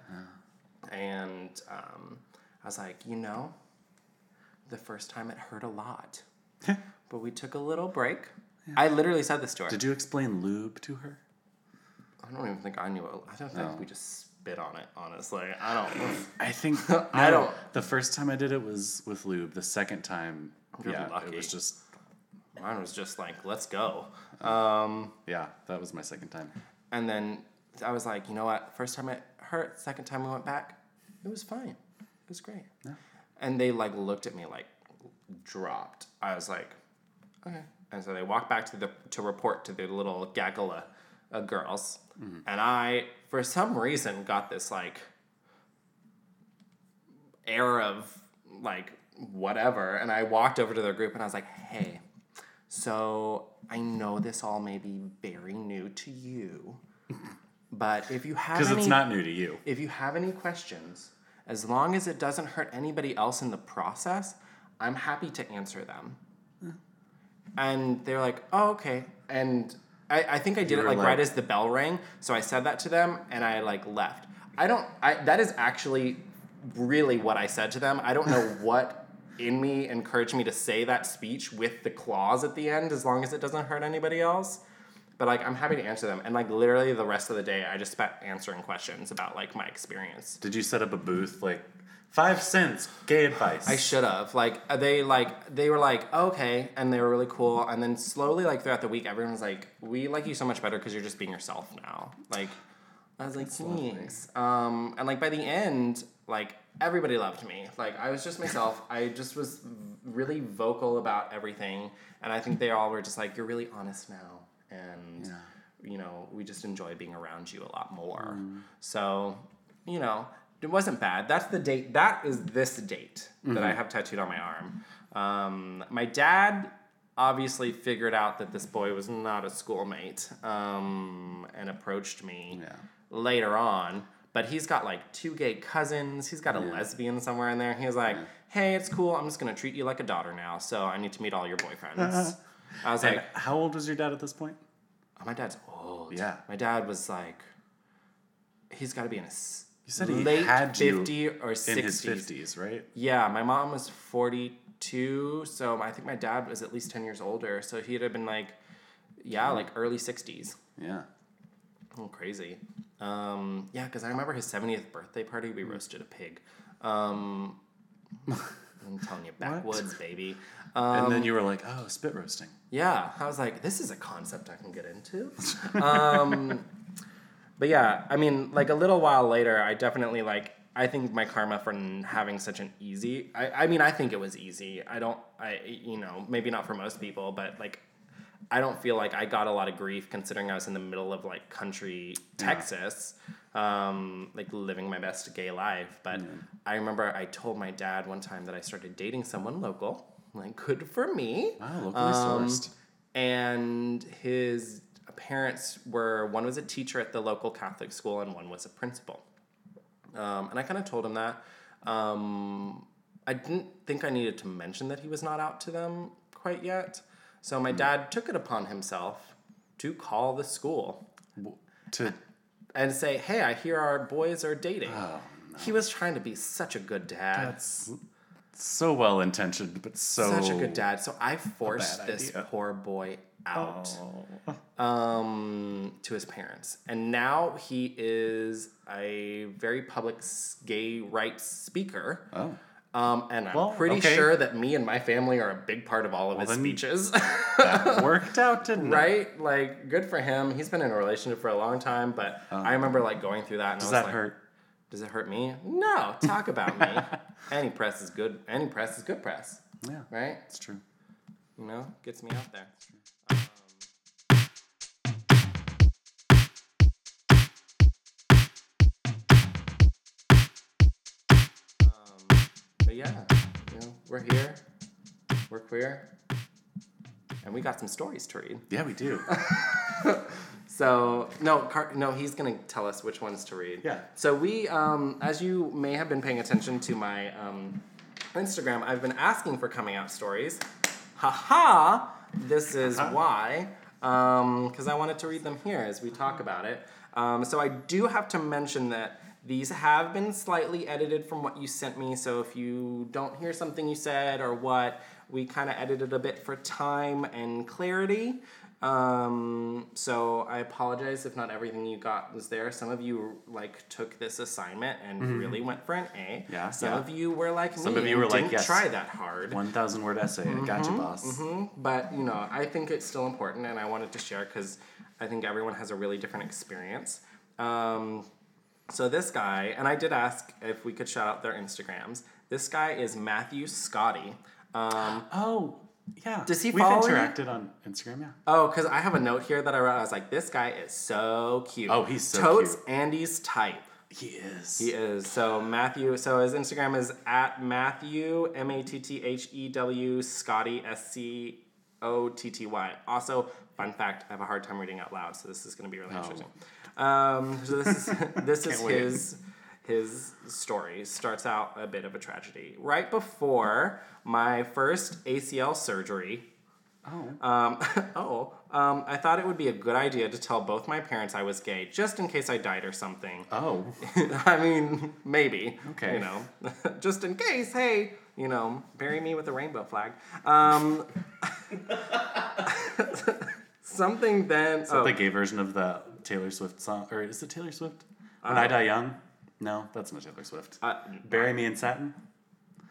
S1: And um, I was like, you know, the first time it hurt a lot. but we took a little break. I literally said this to her.
S3: Did you explain lube to her?
S1: I don't even think I knew it. I don't think we just spit on it, honestly. I don't.
S3: I think
S1: I
S3: no,
S1: don't-
S3: The first time I did it was with lube. The second time,
S1: Oh, You're
S3: yeah, it
S1: lucky.
S3: was just
S1: mine was just like, let's go. Um,
S3: yeah. That was my second time.
S1: and then I was like, you know what? First time it hurt. Second time we went back, it was fine. It was great. And they like looked at me like dropped. I was like, okay. And so they walked back to the to report to the little gaggle of- of girls,
S3: Mm-hmm.
S1: and I for some reason got this like air of like whatever. And I walked over to their group and I was like, hey, so I know this all may be very new to you, but if you have
S3: Because
S1: any,
S3: it's not new to you.
S1: if you have any questions, as long as it doesn't hurt anybody else in the process, I'm happy to answer them. And they're like, oh, okay. And I, I think I did
S3: You
S1: it
S3: were
S1: like, right
S3: like-
S1: as the bell rang. So I said that to them and I like left. I don't, I, that is actually really what I said to them. I don't know what in me encouraged me to say that speech with the clause at the end, as long as it doesn't hurt anybody else but like I'm happy to answer them. And like literally the rest of the day, I just spent answering questions about like my experience.
S3: Did you set up a booth like five cents gay advice?
S1: I should have like uh, they like they were like okay, and they were really cool. And then slowly like throughout the week, everyone was like, "We like you so much better because you're just being yourself now." Like I was like, "Thanks." Um, and like by the end, like everybody loved me. Like I was just myself. I just was v- really vocal about everything, and I think they all were just like, "You're really honest now," and. you know, we just enjoy being around you a lot more. So, you know, it wasn't bad. That's the date. That is this date that I have tattooed on my arm. Um, my dad obviously figured out that this boy was not a schoolmate um, and approached me
S3: Yeah.
S1: later on. But he's got like two gay cousins. He's got a lesbian somewhere in there. He was like, "Hey, it's cool. I'm just gonna treat you like a daughter now. So I need to meet all your boyfriends." I was
S3: And
S1: like,
S3: how old was your dad at this point?
S1: Oh, my dad's old.
S3: Yeah.
S1: My dad was like, he's got to be in his you
S3: said he
S1: late
S3: had you
S1: 50 or 60s.
S3: In his fifties, right?
S1: Yeah, my mom was 42, so I think my dad was at least 10 years older. So he'd have been like, yeah, like early 60s.
S3: Yeah.
S1: Oh, crazy. Um, yeah, because I remember his 70th birthday party, we roasted a pig. Um, I'm telling you, backwoods, baby. Um,
S3: and then you were like, oh, spit roasting.
S1: yeah, I was like, this is a concept I can get into. um, but yeah, I mean, like a little while later, I definitely like. I think my karma for n- having such an easy. I, I mean, I think it was easy. I don't. I you know maybe not for most people, but like. I don't feel like I got a lot of grief considering I was in the middle of like country Texas, um, like living my best gay life. But I remember I told my dad one time that I started dating someone local. Like, good for me Um,
S3: Wow, locally sourced.
S1: and his parents were one was a teacher at the local Catholic school and one was a principal. Um, and I kind of told him that. Um, I didn't think I needed to mention that he was not out to them quite yet. So my dad took it upon himself to call the school
S3: W- To
S1: and say, "Hey, I hear our boys are dating." He was trying to be such a good dad.
S3: that's so well intentioned, but so
S1: such a good dad. So I forced this
S3: idea.
S1: poor boy out um, to his parents, and now he is a very public s- gay rights speaker.
S3: Oh.
S1: Um, and I'm
S3: Well,
S1: pretty
S3: okay.
S1: sure that me and my family are a big part of all of his
S3: then-
S1: speeches,
S3: That worked out, didn't it?
S1: right? Like, good for him. He's been in a relationship for a long time, but I remember like going through that. And
S3: Uh, Does
S1: I was
S3: that
S1: like,
S3: hurt?
S1: Does it hurt me? No. Talk about me. any press is good. Any press is good press,
S3: Yeah,
S1: right?
S3: that's true.
S1: you know, gets me out there. Um, but yeah, you know, we're here, we're queer, and we got some stories to read.
S3: Yeah, we do.
S1: So no, Car- no, he's gonna tell us which ones to read.
S3: Yeah.
S1: So we, um, as you may have been paying attention to my um, Instagram, I've been asking for coming out stories. Ha ha! This is why. because I wanted to read them here as we talk
S3: Mm-hmm.
S1: about it. Um, so I do have to mention that these have been slightly edited from what you sent me. So if you don't hear something you said or what, we kind of edited a bit for time and clarity. Um, so I apologize if not everything you got was there. Some of you like took this assignment and really went for an A.
S3: Mm-hmm. Yeah,
S1: Some
S3: yeah.
S1: of you were like me.
S3: Some of you
S1: and
S3: were like,
S1: didn't
S3: yes.
S1: try that hard.
S3: One thousand word essay.
S1: Mm-hmm,
S3: I Gotcha, boss.
S1: But you know, I think it's still important, and I wanted to share because I think everyone has a really different experience. Um, so this guy, and I did ask if we could shout out their Instagrams. This guy is Matthew Scotty. Um,
S3: Oh, yeah.
S1: Does he
S3: We've
S1: follow you?
S3: interacted on Instagram. Yeah.
S1: oh, because I have a note here that I wrote. I was like, this guy is so cute.
S3: Oh, he's so
S1: totes
S3: cute.
S1: Andy's type.
S3: He is.
S1: He is. So Matthew. So his Instagram is at Matthew M A T T H E W Scotty S C O T T Y. Also, fun fact: I have a hard time reading out loud, so this is going to be really interesting. Um, so this is this is
S3: wait.
S1: his his story. Starts out a bit of a tragedy. Right before my first ACL surgery,
S3: Oh.
S1: um, oh, um, I thought it would be a good idea to tell both my parents I was gay, just in case I died or something.
S3: oh.
S1: I mean, maybe.
S3: Okay.
S1: You know, just in case, hey, you know, bury me with a rainbow flag. Um, something then. oh,
S3: The gay version of the Taylor Swift song, or is it Taylor Swift? When I Die Young. No, that's not Taylor Swift.
S1: uh,
S3: Bury Me in Satin.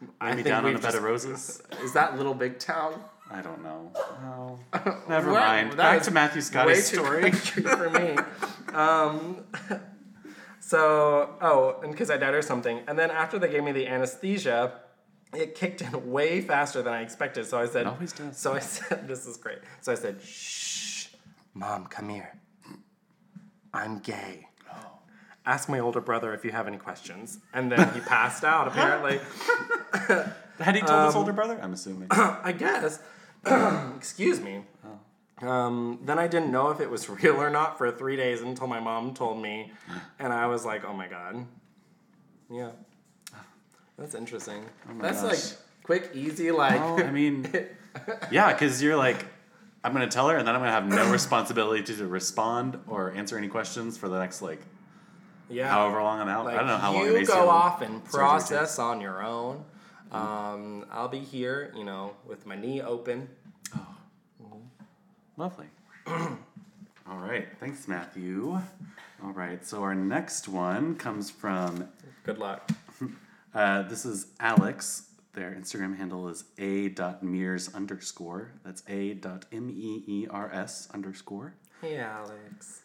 S1: oh, I
S3: Lay Me
S1: think
S3: Down on
S1: we've
S3: a Bed of
S1: just-
S3: Roses.
S1: Is that Little Big Town?
S3: I don't know. Oh, never
S1: What?
S3: mind.
S1: That
S3: Back
S1: is
S3: to Matthew
S1: way
S3: Scott's
S1: too
S3: story.
S1: country for me. Um, so, oh, and because I died or something. And then after they gave me the anesthesia, it kicked in way faster than I expected. So I said,
S3: always does.
S1: So I said, this is great. So I said, shh, mom, come here. I'm gay. Ask my older brother if you have any questions. And then he passed out, apparently.
S3: Had he told
S1: Um,
S3: his older brother? I'm assuming.
S1: I guess. Excuse me. Um, then I didn't know if it was real or not for three days until my mom told me, and I was like, "Oh my god, yeah, that's interesting.
S3: Oh my
S1: that's
S3: gosh. Oh,
S1: like quick, easy, like
S3: Well, I mean, yeah, because you're like, I'm gonna tell her, and then I'm gonna have no responsibility to, to respond or answer any questions for the next like
S1: yeah."
S3: however long I'm out.
S1: Like,
S3: I don't know how long
S1: you
S3: an
S1: go
S3: ACL
S1: off and
S3: surgery
S1: process on your own. Um, I'll be here, you know, with my knee open.
S3: Lovely. All right, thanks, Matthew. All right, so our next one comes from
S1: Good luck.
S3: uh, this is Alex. Their Instagram handle is a.mears underscore. That's E a.m-e-e-r-s underscore.
S1: Hey, Alex.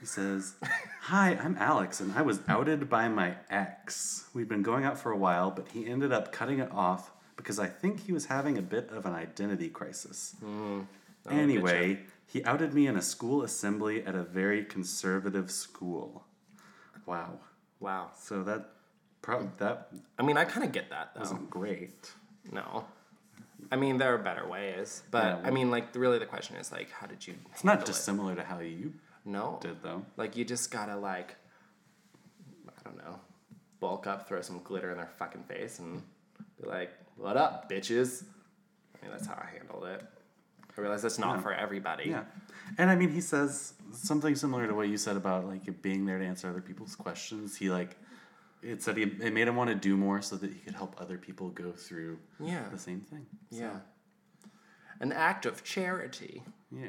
S3: He says, Hi, I'm Alex, and I was outed by my ex. We'd been going out for a while, but he ended up cutting it off because I think he was having a bit of an identity crisis. anyway, he outed me in a school assembly at a very conservative school. Wow.
S1: Wow.
S3: So that prob- that
S1: I mean, I kind of get that though.
S3: wasn't great.
S1: No. I mean, there are better ways, but
S3: Yeah,
S1: I mean, like, really, the question is like, how did you?
S3: It's not dissimilar to how you
S1: No.
S3: did, though.
S1: Like, you just gotta like, I don't know, bulk up, throw some glitter in their fucking face, and be like, "What up, bitches?" I mean, that's how I handled it. I realize that's not for everybody.
S3: Yeah. And I mean, he says something similar to what you said about like it being there to answer other people's questions. He like, it said he, it made him want to do more so that he could help other people go through
S1: Yeah.
S3: the same thing.
S1: Yeah. An act of charity.
S3: Yeah.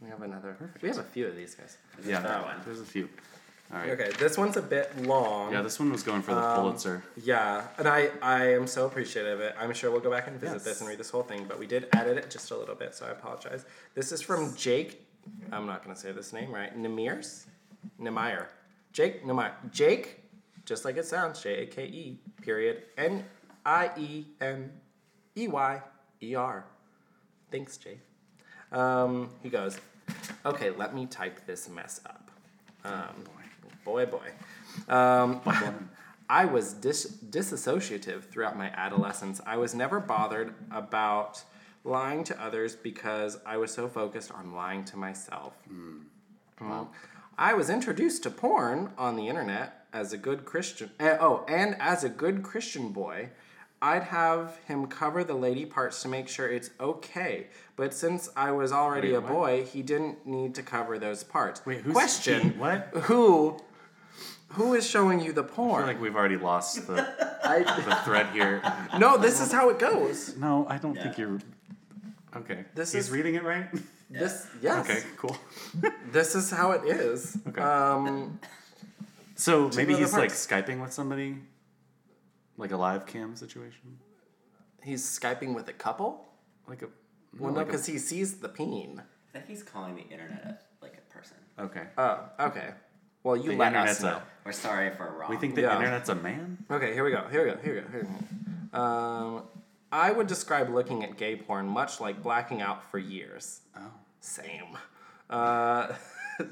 S1: We have another. We have a few of these guys.
S3: Yeah.
S1: That one.
S3: There's a few. All right.
S1: Okay, this one's a bit long.
S3: Yeah, this one was going for the Pulitzer.
S1: Yeah, and I, I am so appreciative of it. I'm sure we'll go back and visit this
S3: Yes.
S1: and read this whole thing, but we did edit it just a little bit, so I apologize. This is from Jake. I'm not going to say this name right. Nemirs? Nemir. Jake Nemir. Jake, just like it sounds, J A K E, period. N I E M E Y E R. Thanks, Jake. Um, he goes, okay, let me type this mess up. Um, boy, boy. Um, I was dis- disassociative throughout my adolescence. I was never bothered about lying to others because I was so focused on lying to myself.
S3: Hmm.
S1: Mm. I was introduced to porn on the internet as a good Christian. eh, oh, and as a good Christian boy, I'd have him cover the lady parts to make sure it's okay. But since I was already
S3: Wait,
S1: a
S3: what?
S1: boy, he didn't need to cover those parts.
S3: Wait, who's
S1: question?
S3: he? What?
S1: Who? Who is showing you the porn?
S3: I feel like we've already lost the,
S1: I-
S3: the thread here.
S1: no, this is how it goes.
S3: No, I don't
S2: Yeah.
S3: think you're. Okay.
S1: This
S3: He's
S1: is-
S3: reading it right?
S1: This yes.
S3: Okay, cool.
S1: This is how it is.
S3: Okay.
S1: Um,
S3: So maybe
S1: other
S3: he's like
S1: parts.
S3: Skyping with somebody? Like a live cam situation?
S1: he's skyping with a couple.
S3: Like a. no,
S1: Well, no,
S3: like a-
S1: because he sees the peen.
S2: I think he's calling the internet a, like a person.
S3: Okay.
S1: Oh, okay. Well, you
S3: The
S1: let
S3: internet's
S1: us know.
S3: a.
S2: We're sorry if we're wrong.
S3: We think the
S1: Yeah.
S3: internet's a man?
S1: Okay, here we go. Here we go. Here we go. Here we go. Um, I would describe looking at gay porn much like blacking out for years.
S3: Oh.
S1: Same. Uh,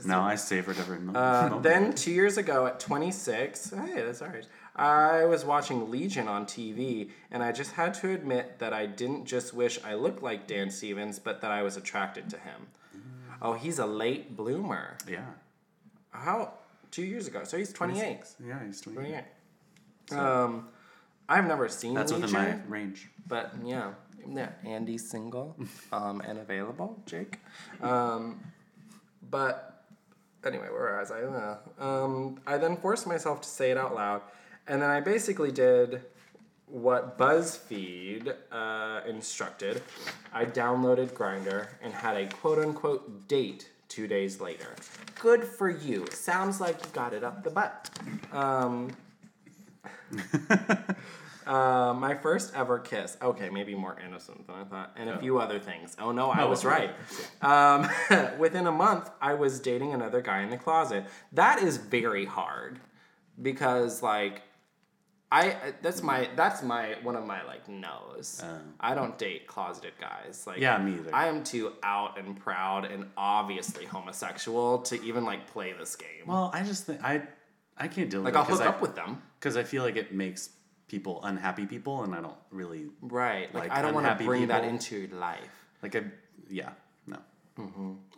S3: No, I savored every moment.
S1: uh, then two years ago at 26, hey, that's alright. I was watching Legion on TV, and I just had to admit that I didn't just wish I looked like Dan Stevens, but that I was attracted to him. Oh, he's a late bloomer.
S3: yeah.
S1: How? Two years ago. So he's 28.
S3: Yeah, he's doing it.
S1: 28. Um, I've never seen
S3: That's
S1: Legion.
S3: within my range.
S1: But yeah, yeah, Andy's single um, and available, Jake. Um, but anyway, where was I? Uh, um, I then forced myself to say it out loud, and then I basically did what BuzzFeed uh, instructed. I downloaded Grinder and had a quote unquote date two days later. Good for you. Sounds like you got it up the butt. Um, uh, my first ever kiss. Okay, maybe more innocent than I thought, and a few other things. Oh no, I was right. Um, within a month, I was dating another guy in the closet. That is very hard because, like, I that's my that's my one of my like no's. I don't date closeted guys. Like,
S3: Oh. Yeah, me either.
S1: I am too out and proud and obviously homosexual to even like play this game.
S3: Well, I just think I I can't deal with
S1: like,
S3: it
S1: I'll
S3: 'cause
S1: hook
S3: I-
S1: up with them.
S3: because I feel like it makes people unhappy people, and I don't really
S1: Right. Like,
S3: Like,
S1: I don't want to
S3: unhappy
S1: bring that
S3: people.
S1: into your life.
S3: like. I yeah, no.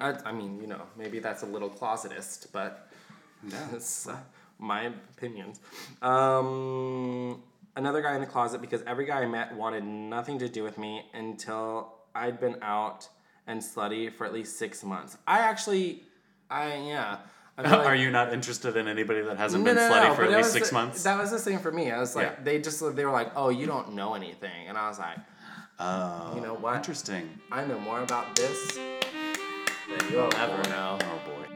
S1: I, I mean, you know, maybe that's a little closetist, but that's uh, my opinions. Um, another guy in the closet because every guy I met wanted nothing to do with me until I'd been out and slutty for at least six months. I actually, I yeah. I feel like-
S3: Are you not interested in anybody that hasn't
S1: no,
S3: been
S1: no, no,
S3: slutty
S1: no,
S3: for
S1: but
S3: at
S1: that
S3: least
S1: was
S3: six
S1: the-
S3: months?
S1: That was the same for me. I was like,
S3: Yeah.
S1: they just they were like, oh, you don't know anything, and I was like,
S3: oh,
S1: you know what?
S3: Interesting.
S1: I know more about this than you'll ever know.
S3: Oh boy.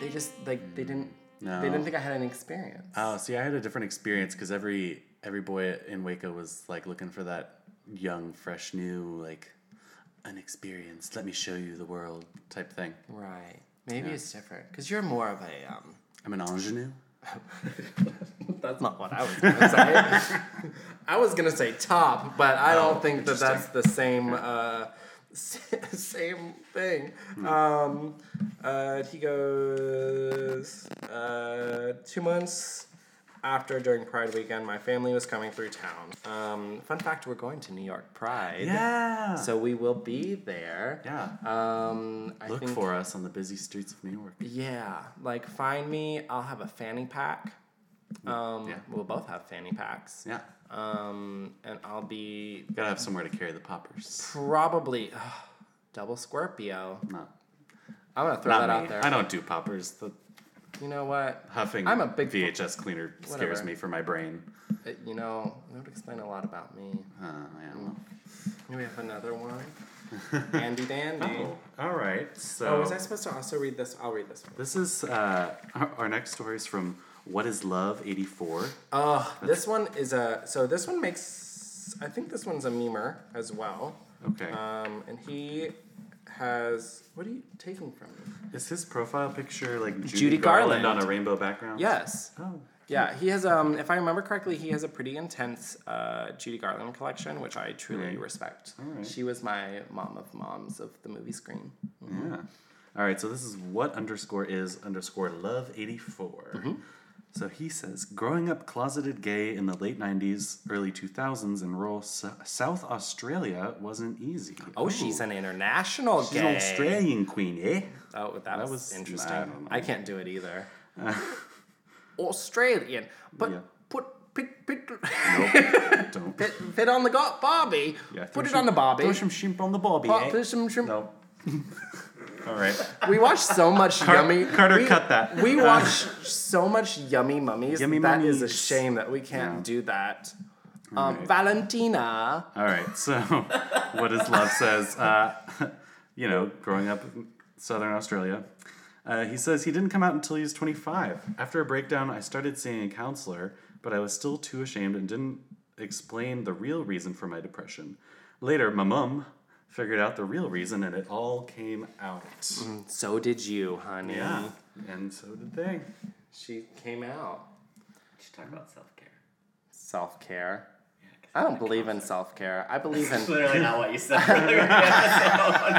S1: They just like they didn't.
S3: No.
S1: They didn't think I had an experience.
S3: Oh, see, I had a different experience because every every boy in Waco was like looking for that young, fresh, new, like unexperienced. Let me show you the world type thing.
S1: right. Maybe it's different because you're more of a. Um,
S3: I'm an ingenue.
S1: that's not what I was gonna say. Oh, I was gonna say top, but I don't think that that's the same. Uh, same thing. Um, uh, he goes uh, two months after during Pride weekend. My family was coming through town. Um, fun fact: We're going to New York Pride.
S3: Yeah.
S1: So we will be there.
S3: yeah.
S1: Um, I
S3: Look
S1: think,
S3: for us on the busy streets of New York.
S1: Yeah, like find me. I'll have a fanny pack. Um,
S3: Yeah.
S1: We'll both have fanny packs.
S3: Yeah.
S1: Um, and I'll be
S3: Gotta have somewhere to carry the poppers.
S1: probably ugh, double Scorpio.
S3: Not
S1: I'm gonna throw
S3: Not
S1: that
S3: me.
S1: out there.
S3: I don't do poppers. The
S1: You know what?
S3: huffing
S1: I'm a big-
S3: VHS cleaner scares
S1: Whatever.
S3: me for my brain.
S1: It, Uh, you know, that would explain a lot about me.
S3: Uh, yeah, well.
S1: Here we have another one. Andy Dandy.
S3: Oh, all right.
S1: Oh,
S3: So
S1: was I supposed to also read this? I'll read this one.
S3: this is uh, our, our next story is from What Is Love '84.
S1: Oh, this one is a. So this one makes. I think this one's a memer as well.
S3: Okay.
S1: Um, and he has. What are you taking from me?
S3: is his profile picture like Judy,
S1: Judy
S3: Garland,
S1: Garland.
S3: on a rainbow background?
S1: Yes.
S3: Oh.
S1: Yeah, he has. Um, if I remember correctly, he has a pretty intense uh, Judy Garland collection, which I truly
S3: Right.
S1: respect.
S3: Mm. right.
S1: She was my mom of moms of the movie Scream. Mm-hmm.
S3: Yeah. All right, so this is what underscore is underscore love 84.
S1: Mm-hmm.
S3: So he says, growing up closeted gay in the late 90s, early 2000s in rural S- South Australia wasn't easy.
S1: Oh, she's an international
S3: She's an Australian queen, eh?
S1: Oh, that, was,
S3: was-
S1: interesting.
S3: I don't know.
S1: I, can't do it either. Australian, but
S3: Yeah.
S1: put put, put,
S3: Nope. Don't.
S1: put, put on the go- Bobby.
S3: Yeah, throw
S1: put it
S3: some-
S1: on the Bobby.
S3: Throw some shrimp on the bobby.
S1: Pop-
S3: eh?
S1: put some shrimp.
S3: No. All right.
S1: We watch so much yummy.
S3: Carter,
S1: we,
S3: cut that.
S1: We watch so much yummy mummies.
S3: Uh, Yummy
S1: That is a
S3: mummies.
S1: shame that we can't
S3: Yeah.
S1: do that. Um,
S3: Right.
S1: Valentina.
S3: All right. So, what is love says? Uh, you know, growing up in Southern Australia, uh, he says he didn't come out until he was 25. After a breakdown, I started seeing a counselor, but I was still too ashamed and didn't explain the real reason for my depression. Later, my mum figured out the real reason, and it all came out.
S1: So did you, honey.
S3: Yeah, and so did they.
S1: She came out.
S2: We should talk about self care.
S1: Self care. I don't believe in self care. I believe
S2: It's
S1: in.
S2: literally not what you said earlier. Yeah,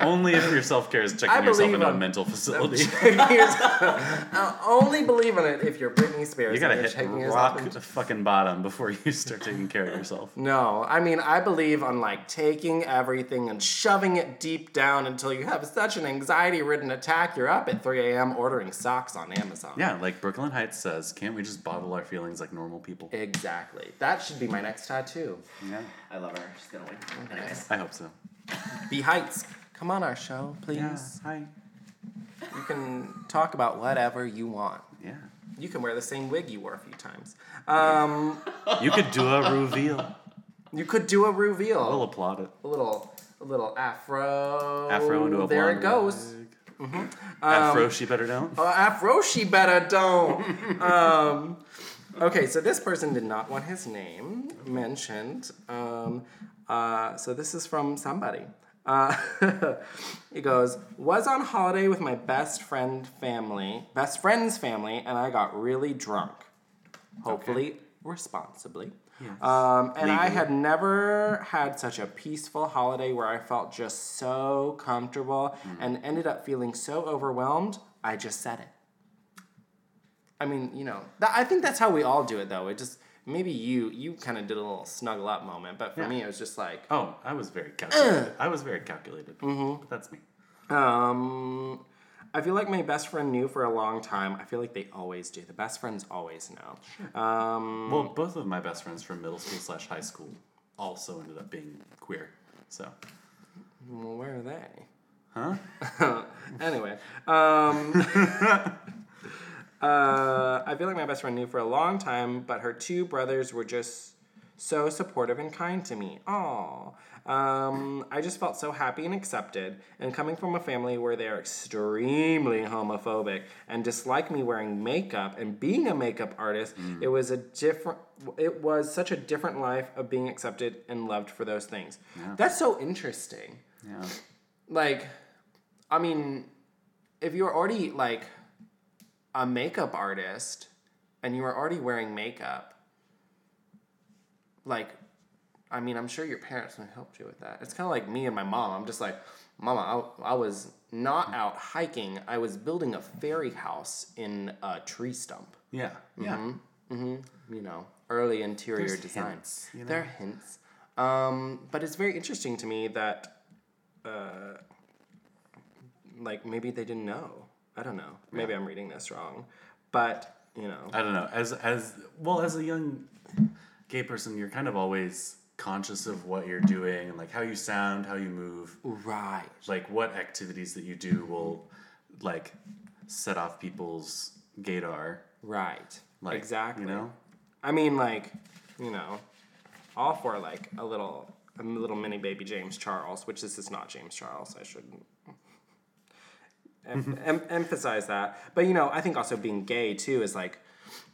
S3: Only if your self care is checking
S1: I
S3: yourself
S1: believe
S3: into a
S1: I'm-
S3: mental facility.
S1: I only believe in it if you're Britney Spears.
S3: You gotta
S1: and you're
S3: hit
S1: taking yourself
S3: rock
S1: into-
S3: the fucking bottom before you start taking care of yourself.
S1: No, I mean I believe on like taking everything and shoving it deep down until you have such an anxiety-ridden attack you're up at 3 a.m. ordering socks on Amazon.
S3: Yeah, like Brooklyn Heights says, can't we just bottle our feelings like normal people?
S1: Exactly. That should be my next tattoo.
S3: Yeah,
S2: I love her. She's gonna win. Anyways,
S3: I hope so.
S1: Be Heights. Come on our show, please.
S3: Yeah, hi.
S1: You can talk about whatever you want.
S3: Yeah,
S1: You can wear the same wig you wore a few times. Um,
S3: you could do a reveal.
S1: you could do a reveal.
S3: I'll applaud it.
S1: a little a little afro.
S3: Afro into a
S1: There it
S3: blonde
S1: goes.
S3: wig. Afro, she better don't.
S1: Uh, afro she better don't. um, okay, so this person did not want his name mentioned. Um, uh, so this is from somebody. Uh, he goes, was on holiday with my best friend family, best friend's family, and I got really drunk. Hopefully, responsibly. Um, and I
S3: Legally.
S1: had never had such a peaceful holiday where I felt just so comfortable and ended up feeling so overwhelmed. I just said it. I mean, you know, that, I think that's how we all do it though. It just maybe you you kind of did a little snuggle up moment, but for me it was just like
S3: Oh, I was very calculated. I was very calculated. But that's me.
S1: um I feel like my best friend knew for a long time. I feel like they always do. The best friends always know. Um,
S3: Well, both of my best friends from middle school slash high school also ended up being queer. So,
S1: well, where are they?
S3: huh?
S1: anyway, um, uh, I feel like my best friend knew for a long time, but her two brothers were just so supportive and kind to me. Aww. Um, I just felt so happy and accepted. And coming from a family where they are extremely homophobic and dislike me wearing makeup and being a makeup artist, it was a different. It was such a different life of being accepted and loved for those things. That's so interesting
S3: Yeah.
S1: like i mean if you're already like a makeup artist and you were already wearing makeup like i mean i'm sure your parents would have helped you with that it's kind of like me and my mom i'm just like mama I, I was not out hiking i was building a fairy house in a tree stump
S3: Yeah. Yeah.
S1: you know, early interior
S3: There's
S1: design.
S3: hints, you
S1: There are hints. Um, but it's very interesting to me that, uh, like, maybe they didn't know. I don't know. Maybe I'm reading this wrong. But, you know,
S3: I don't know. As as well as a young gay person, you're kind of always conscious of what you're doing and like how you sound, how you move,
S1: right.
S3: like what activities that you do will like set off people's gaydar.
S1: Right.
S3: Like,
S1: exactly.
S3: You know.
S1: I mean, like, you know, all for like a little, a little mini baby James Charles, which this is not James Charles. I shouldn't em- em- emphasize that. But you know, I think also being gay too is like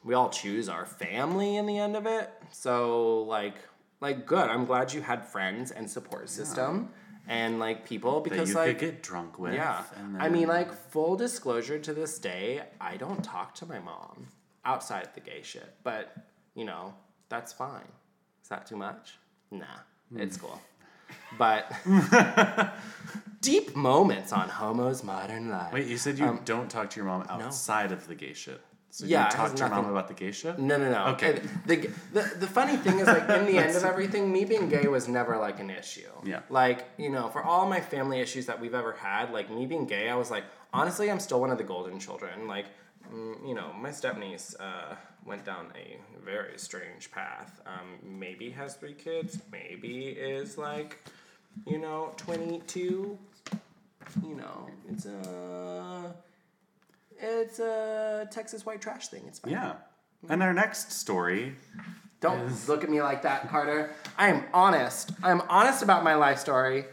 S1: we all choose our family in the end of it. So like, like good. I'm glad you had friends and support system and like people
S3: That
S1: because
S3: you
S1: like
S3: could get drunk with.
S1: yeah.
S3: and
S1: I mean,
S3: then-
S1: like, full disclosure to this day, I don't talk to my mom outside of the gay shit, but, you know, that's fine. Is that too much? Nah,
S3: Hmm.
S1: it's cool. But deep moments on Homo's Modern Life.
S3: Wait, you said you don't talk to your mom outside of the gay shit. So
S1: um, Yeah,
S3: you
S1: it
S3: talk
S1: has
S3: to your mom
S1: nothing-
S3: about the gay shit?
S1: No, no, no.
S3: Okay.
S1: And The, the, the funny thing is, like, in the end of everything, me being gay was never, like, an issue.
S3: Yeah.
S1: Like, you know, for all my family issues that we've ever had, like, me being gay, I was like, honestly, I'm still one of the golden children. Like, you know, my stepniece uh, went down a very strange path. Um, maybe has three kids, maybe is like, you know, 22. You know, it's a. It's a Texas white trash thing. It's fine.
S3: Yeah.
S1: Mm.
S3: And our next story,
S1: Don't look at me like that, Carter. I am honest. I'm honest about my life story.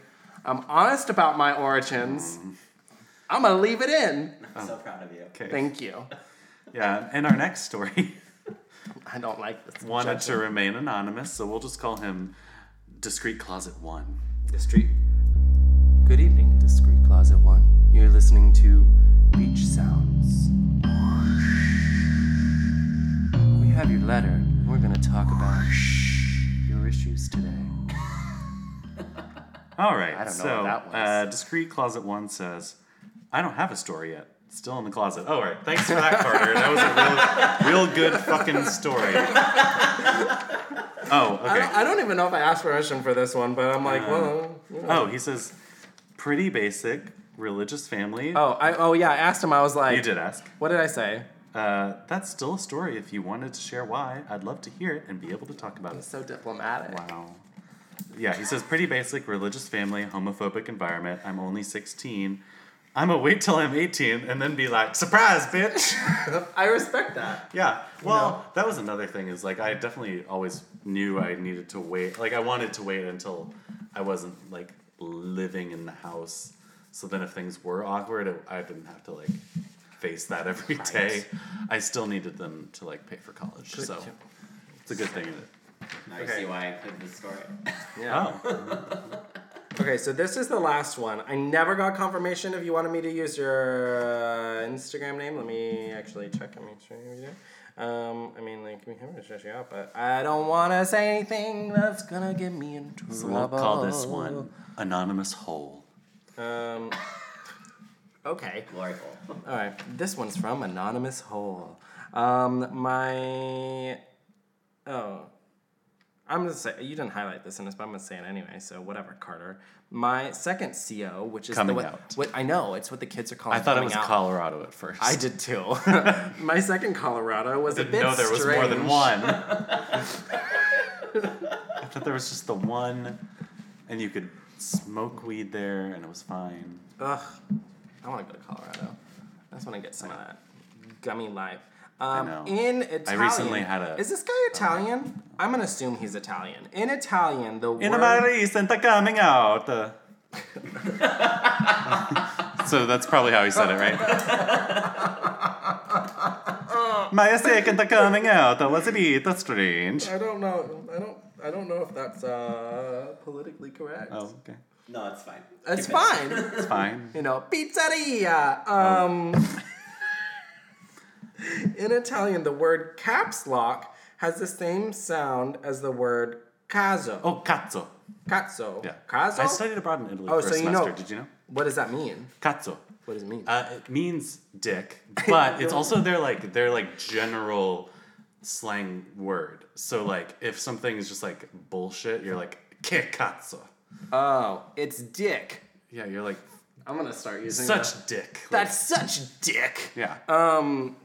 S1: I'm honest about my origins.
S3: Mm-hmm.
S1: I'm gonna leave it in.
S2: I'm so proud of you.
S3: okay.
S1: Thank you.
S3: yeah, and our next story
S1: I don't like this.
S3: wanted
S1: judgment.
S3: to remain anonymous, so we'll just call him Discreet Closet One.
S1: Discreet. Good evening, Discreet Closet One. You're listening to Beach Sounds. We have your letter. and We're gonna talk about your issues today.
S3: All right.
S1: I don't know
S3: so,
S1: what that was.
S3: Uh, Discreet Closet One says, I don't have a story yet. Still in the closet. All right. Thanks for that, Carter. That was a real, real good fucking story. Oh, okay.
S1: I don't even know if I asked permission for this one, but I'm like, well.
S3: Oh, he says, pretty basic religious family.
S1: Oh, I oh yeah, I asked him. I was like,
S3: You did ask.
S1: What did I say?
S3: Uh, that's still a story. If you wanted to share why, I'd love to hear it and be able to talk about it.
S1: So diplomatic.
S3: Wow. Yeah, he says pretty basic religious family, homophobic environment. I'm only 16. I'm gonna wait till I'm 18 and then be like, surprise, bitch.
S1: I respect that.
S3: yeah. Well, that was another thing is like I definitely always knew I needed to wait. Like I wanted to wait until I wasn't like living in the house. So then if things were awkward, it, I didn't have to like face that every day. I still needed them to like pay for college. So it's a good thing.
S2: Now you
S1: Okay.
S2: see why I picked this story.
S1: Yeah.
S3: Oh,
S1: Okay, so this is the last one. I never got confirmation if you wanted me to use your uh, Instagram name. Let me actually check and make sure you do. Um, I mean, like, we haven't shut you out, but I don't want to say anything that's gonna get me in trouble.
S3: so we'll call this one anonymous hole.
S1: Um, okay.
S2: Gloryful.
S1: All right, this one's from Anonymous Hole. Um, my oh, I'm gonna say you didn't highlight this in this, but I'm gonna say it anyway. So whatever, Carter. My second CO, which is
S3: Coming
S1: the, what,
S3: out.
S1: What I know, it's what the kids are calling.
S3: I thought it
S1: coming
S3: was
S1: out.
S3: Colorado at first.
S1: I did too. my second Colorado was a
S3: didn't
S1: bit
S3: know there was more than
S1: strange.
S3: one. I thought there was just the one, and you could smoke weed there, and it was fine.
S1: Ugh, I want to go to Colorado. I just want to get some of that gummy life. Um,
S3: know.
S1: In Italian,
S3: recently had a- Oh.
S1: Is this guy Italian? I'm gonna assume he's Italian. In Italian, the
S3: In
S1: word.
S3: Maris and the coming out. uh. so that's probably how he said it, right? My sick and the coming out uh, was a bit strange.
S1: I don't know. I don't. I don't know if that's uh, politically correct.
S3: Oh, okay.
S2: No, it's fine.
S1: It's
S2: Keep it.
S1: fine.
S3: It's fine.
S1: you know, pizzeria. Um,
S3: Oh.
S1: in Italian, the word caps lock has the same sound as the word caso.
S3: Oh, cazzo.
S1: Cazzo.
S3: Yeah.
S1: Caso.
S3: I studied abroad in Italy
S1: Oh,
S3: for
S1: so
S3: a
S1: you
S3: semester.
S1: know-
S3: Did you know?
S1: What does that mean?
S3: Cazzo.
S1: What does it mean?
S3: Uh, it means dick, but it's also their like their like general slang word. So like if something is just like bullshit, you're like kikatsu.
S1: oh, it's dick.
S3: Yeah, you're like
S1: I'm gonna start using
S3: such
S1: that.
S3: dick. Like,
S1: That's such dick.
S3: yeah.
S1: Um,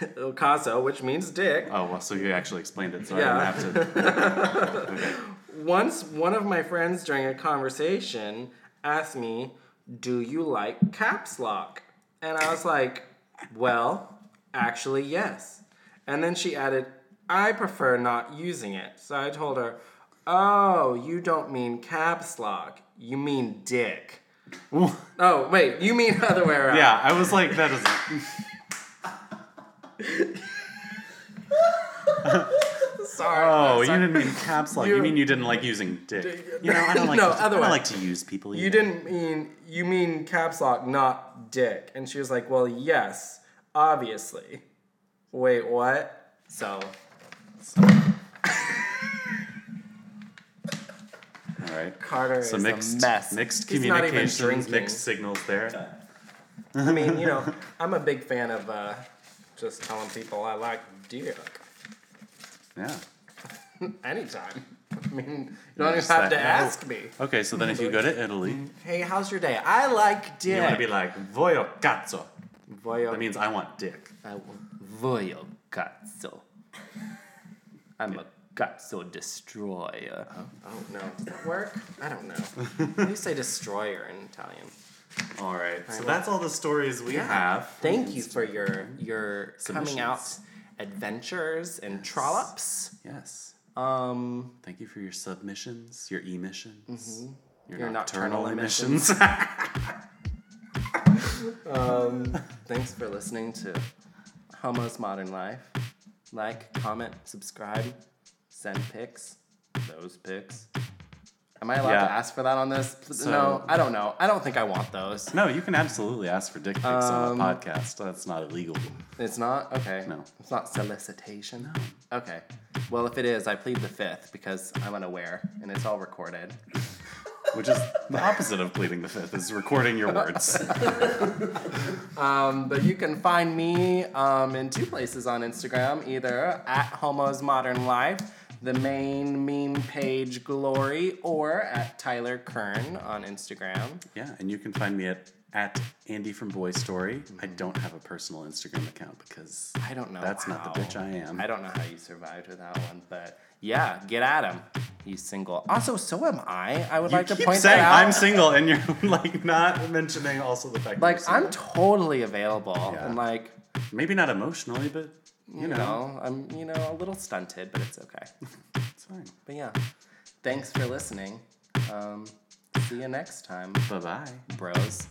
S1: Ocaso, which means dick.
S3: oh well, so you actually explained it, so
S1: Yeah.
S3: I don't have to. Okay.
S1: Once one of my friends during a conversation asked me, Do you like caps lock? And I was like, Well, actually, yes. And then she added, I prefer not using it. So I told her, Oh, you don't mean caps lock, you mean dick. Oh, wait, you mean other way around.
S3: Yeah, I was like that is.
S1: Sorry.
S3: Oh,
S1: sorry.
S3: you didn't mean caps lock. You
S1: You-
S3: mean you didn't like using dick? You know, I don't like.
S1: No,
S3: to, I
S1: other
S3: don't
S1: way.
S3: like to use people.
S1: You didn't mean you mean caps lock, not dick. And she was like, Well, yes, obviously. Wait, what? So
S3: All right.
S1: Carter
S3: So
S1: is
S3: mixed,
S1: a mess.
S3: mixed
S1: He's not even
S3: communications,
S1: drinking.
S3: mixed signals there.
S1: I mean, you know, I'm a big fan of uh, just telling people I like dick
S3: Yeah.
S1: anytime. I mean, you don't
S3: just
S1: even have
S3: that-
S1: to ask me.
S3: Okay, so then if you go to Italy,
S1: Hey, how's your day? I like
S3: you want to
S1: dick.
S3: be like, voglio cazzo.
S1: Voyo.
S3: That means I want dick.
S1: I will voyo katsu. I'm a katsu destroyer. Oh, no. Does that work? I don't know. you say destroyer in Italian.
S3: All right. So that's all the stories we have.
S1: Thank you for your your coming out
S3: Submissions.
S1: adventures and trollops.
S3: Yes.
S1: Um,
S3: Thank you for your submissions, your emissions, your,
S1: Mm-hmm. Your
S3: nocturnal,
S1: nocturnal
S3: emissions.
S1: thanks for listening to Homo's Modern Life. Like, comment, subscribe, send pics. Those pics. Am I allowed
S3: Yeah.
S1: to ask for that on this? no, I don't know. I don't think I want those.
S3: no, you can absolutely ask for dick pics
S1: Um,
S3: on a podcast. That's not illegal.
S1: It's not? Okay.
S3: No.
S1: It's not solicitation? Okay. Well, if it is, I plead the fifth because I'm unaware and it's all recorded.
S3: Which is the opposite of pleading the fifth is recording your words.
S1: Um, but you can find me um, in two places on Instagram either at Homo's Modern Life, the main meme page Glory, or at Tyler Kern on Instagram.
S3: Yeah, and you can find me at at Andy from Boy Story.
S1: Mm-hmm.
S3: I don't have a personal Instagram account because
S1: I don't know.
S3: That's not the
S1: how.
S3: bitch I am.
S1: I don't know how you survived with that one, but yeah, get at him. He's single. Also, so am I. I would
S3: you
S1: like to
S3: keep
S1: point
S3: saying
S1: that out.
S3: I'm single, and you're like not mentioning also the fact
S1: like
S3: that you're
S1: I'm totally available,
S3: Yeah.
S1: and like
S3: single. maybe not emotionally, but you,
S1: you
S3: know,
S1: know, I'm you know a little stunted, but it's okay.
S3: it's fine.
S1: But yeah, thanks for listening. Um, see you next time,
S3: Bye bye.
S1: bros.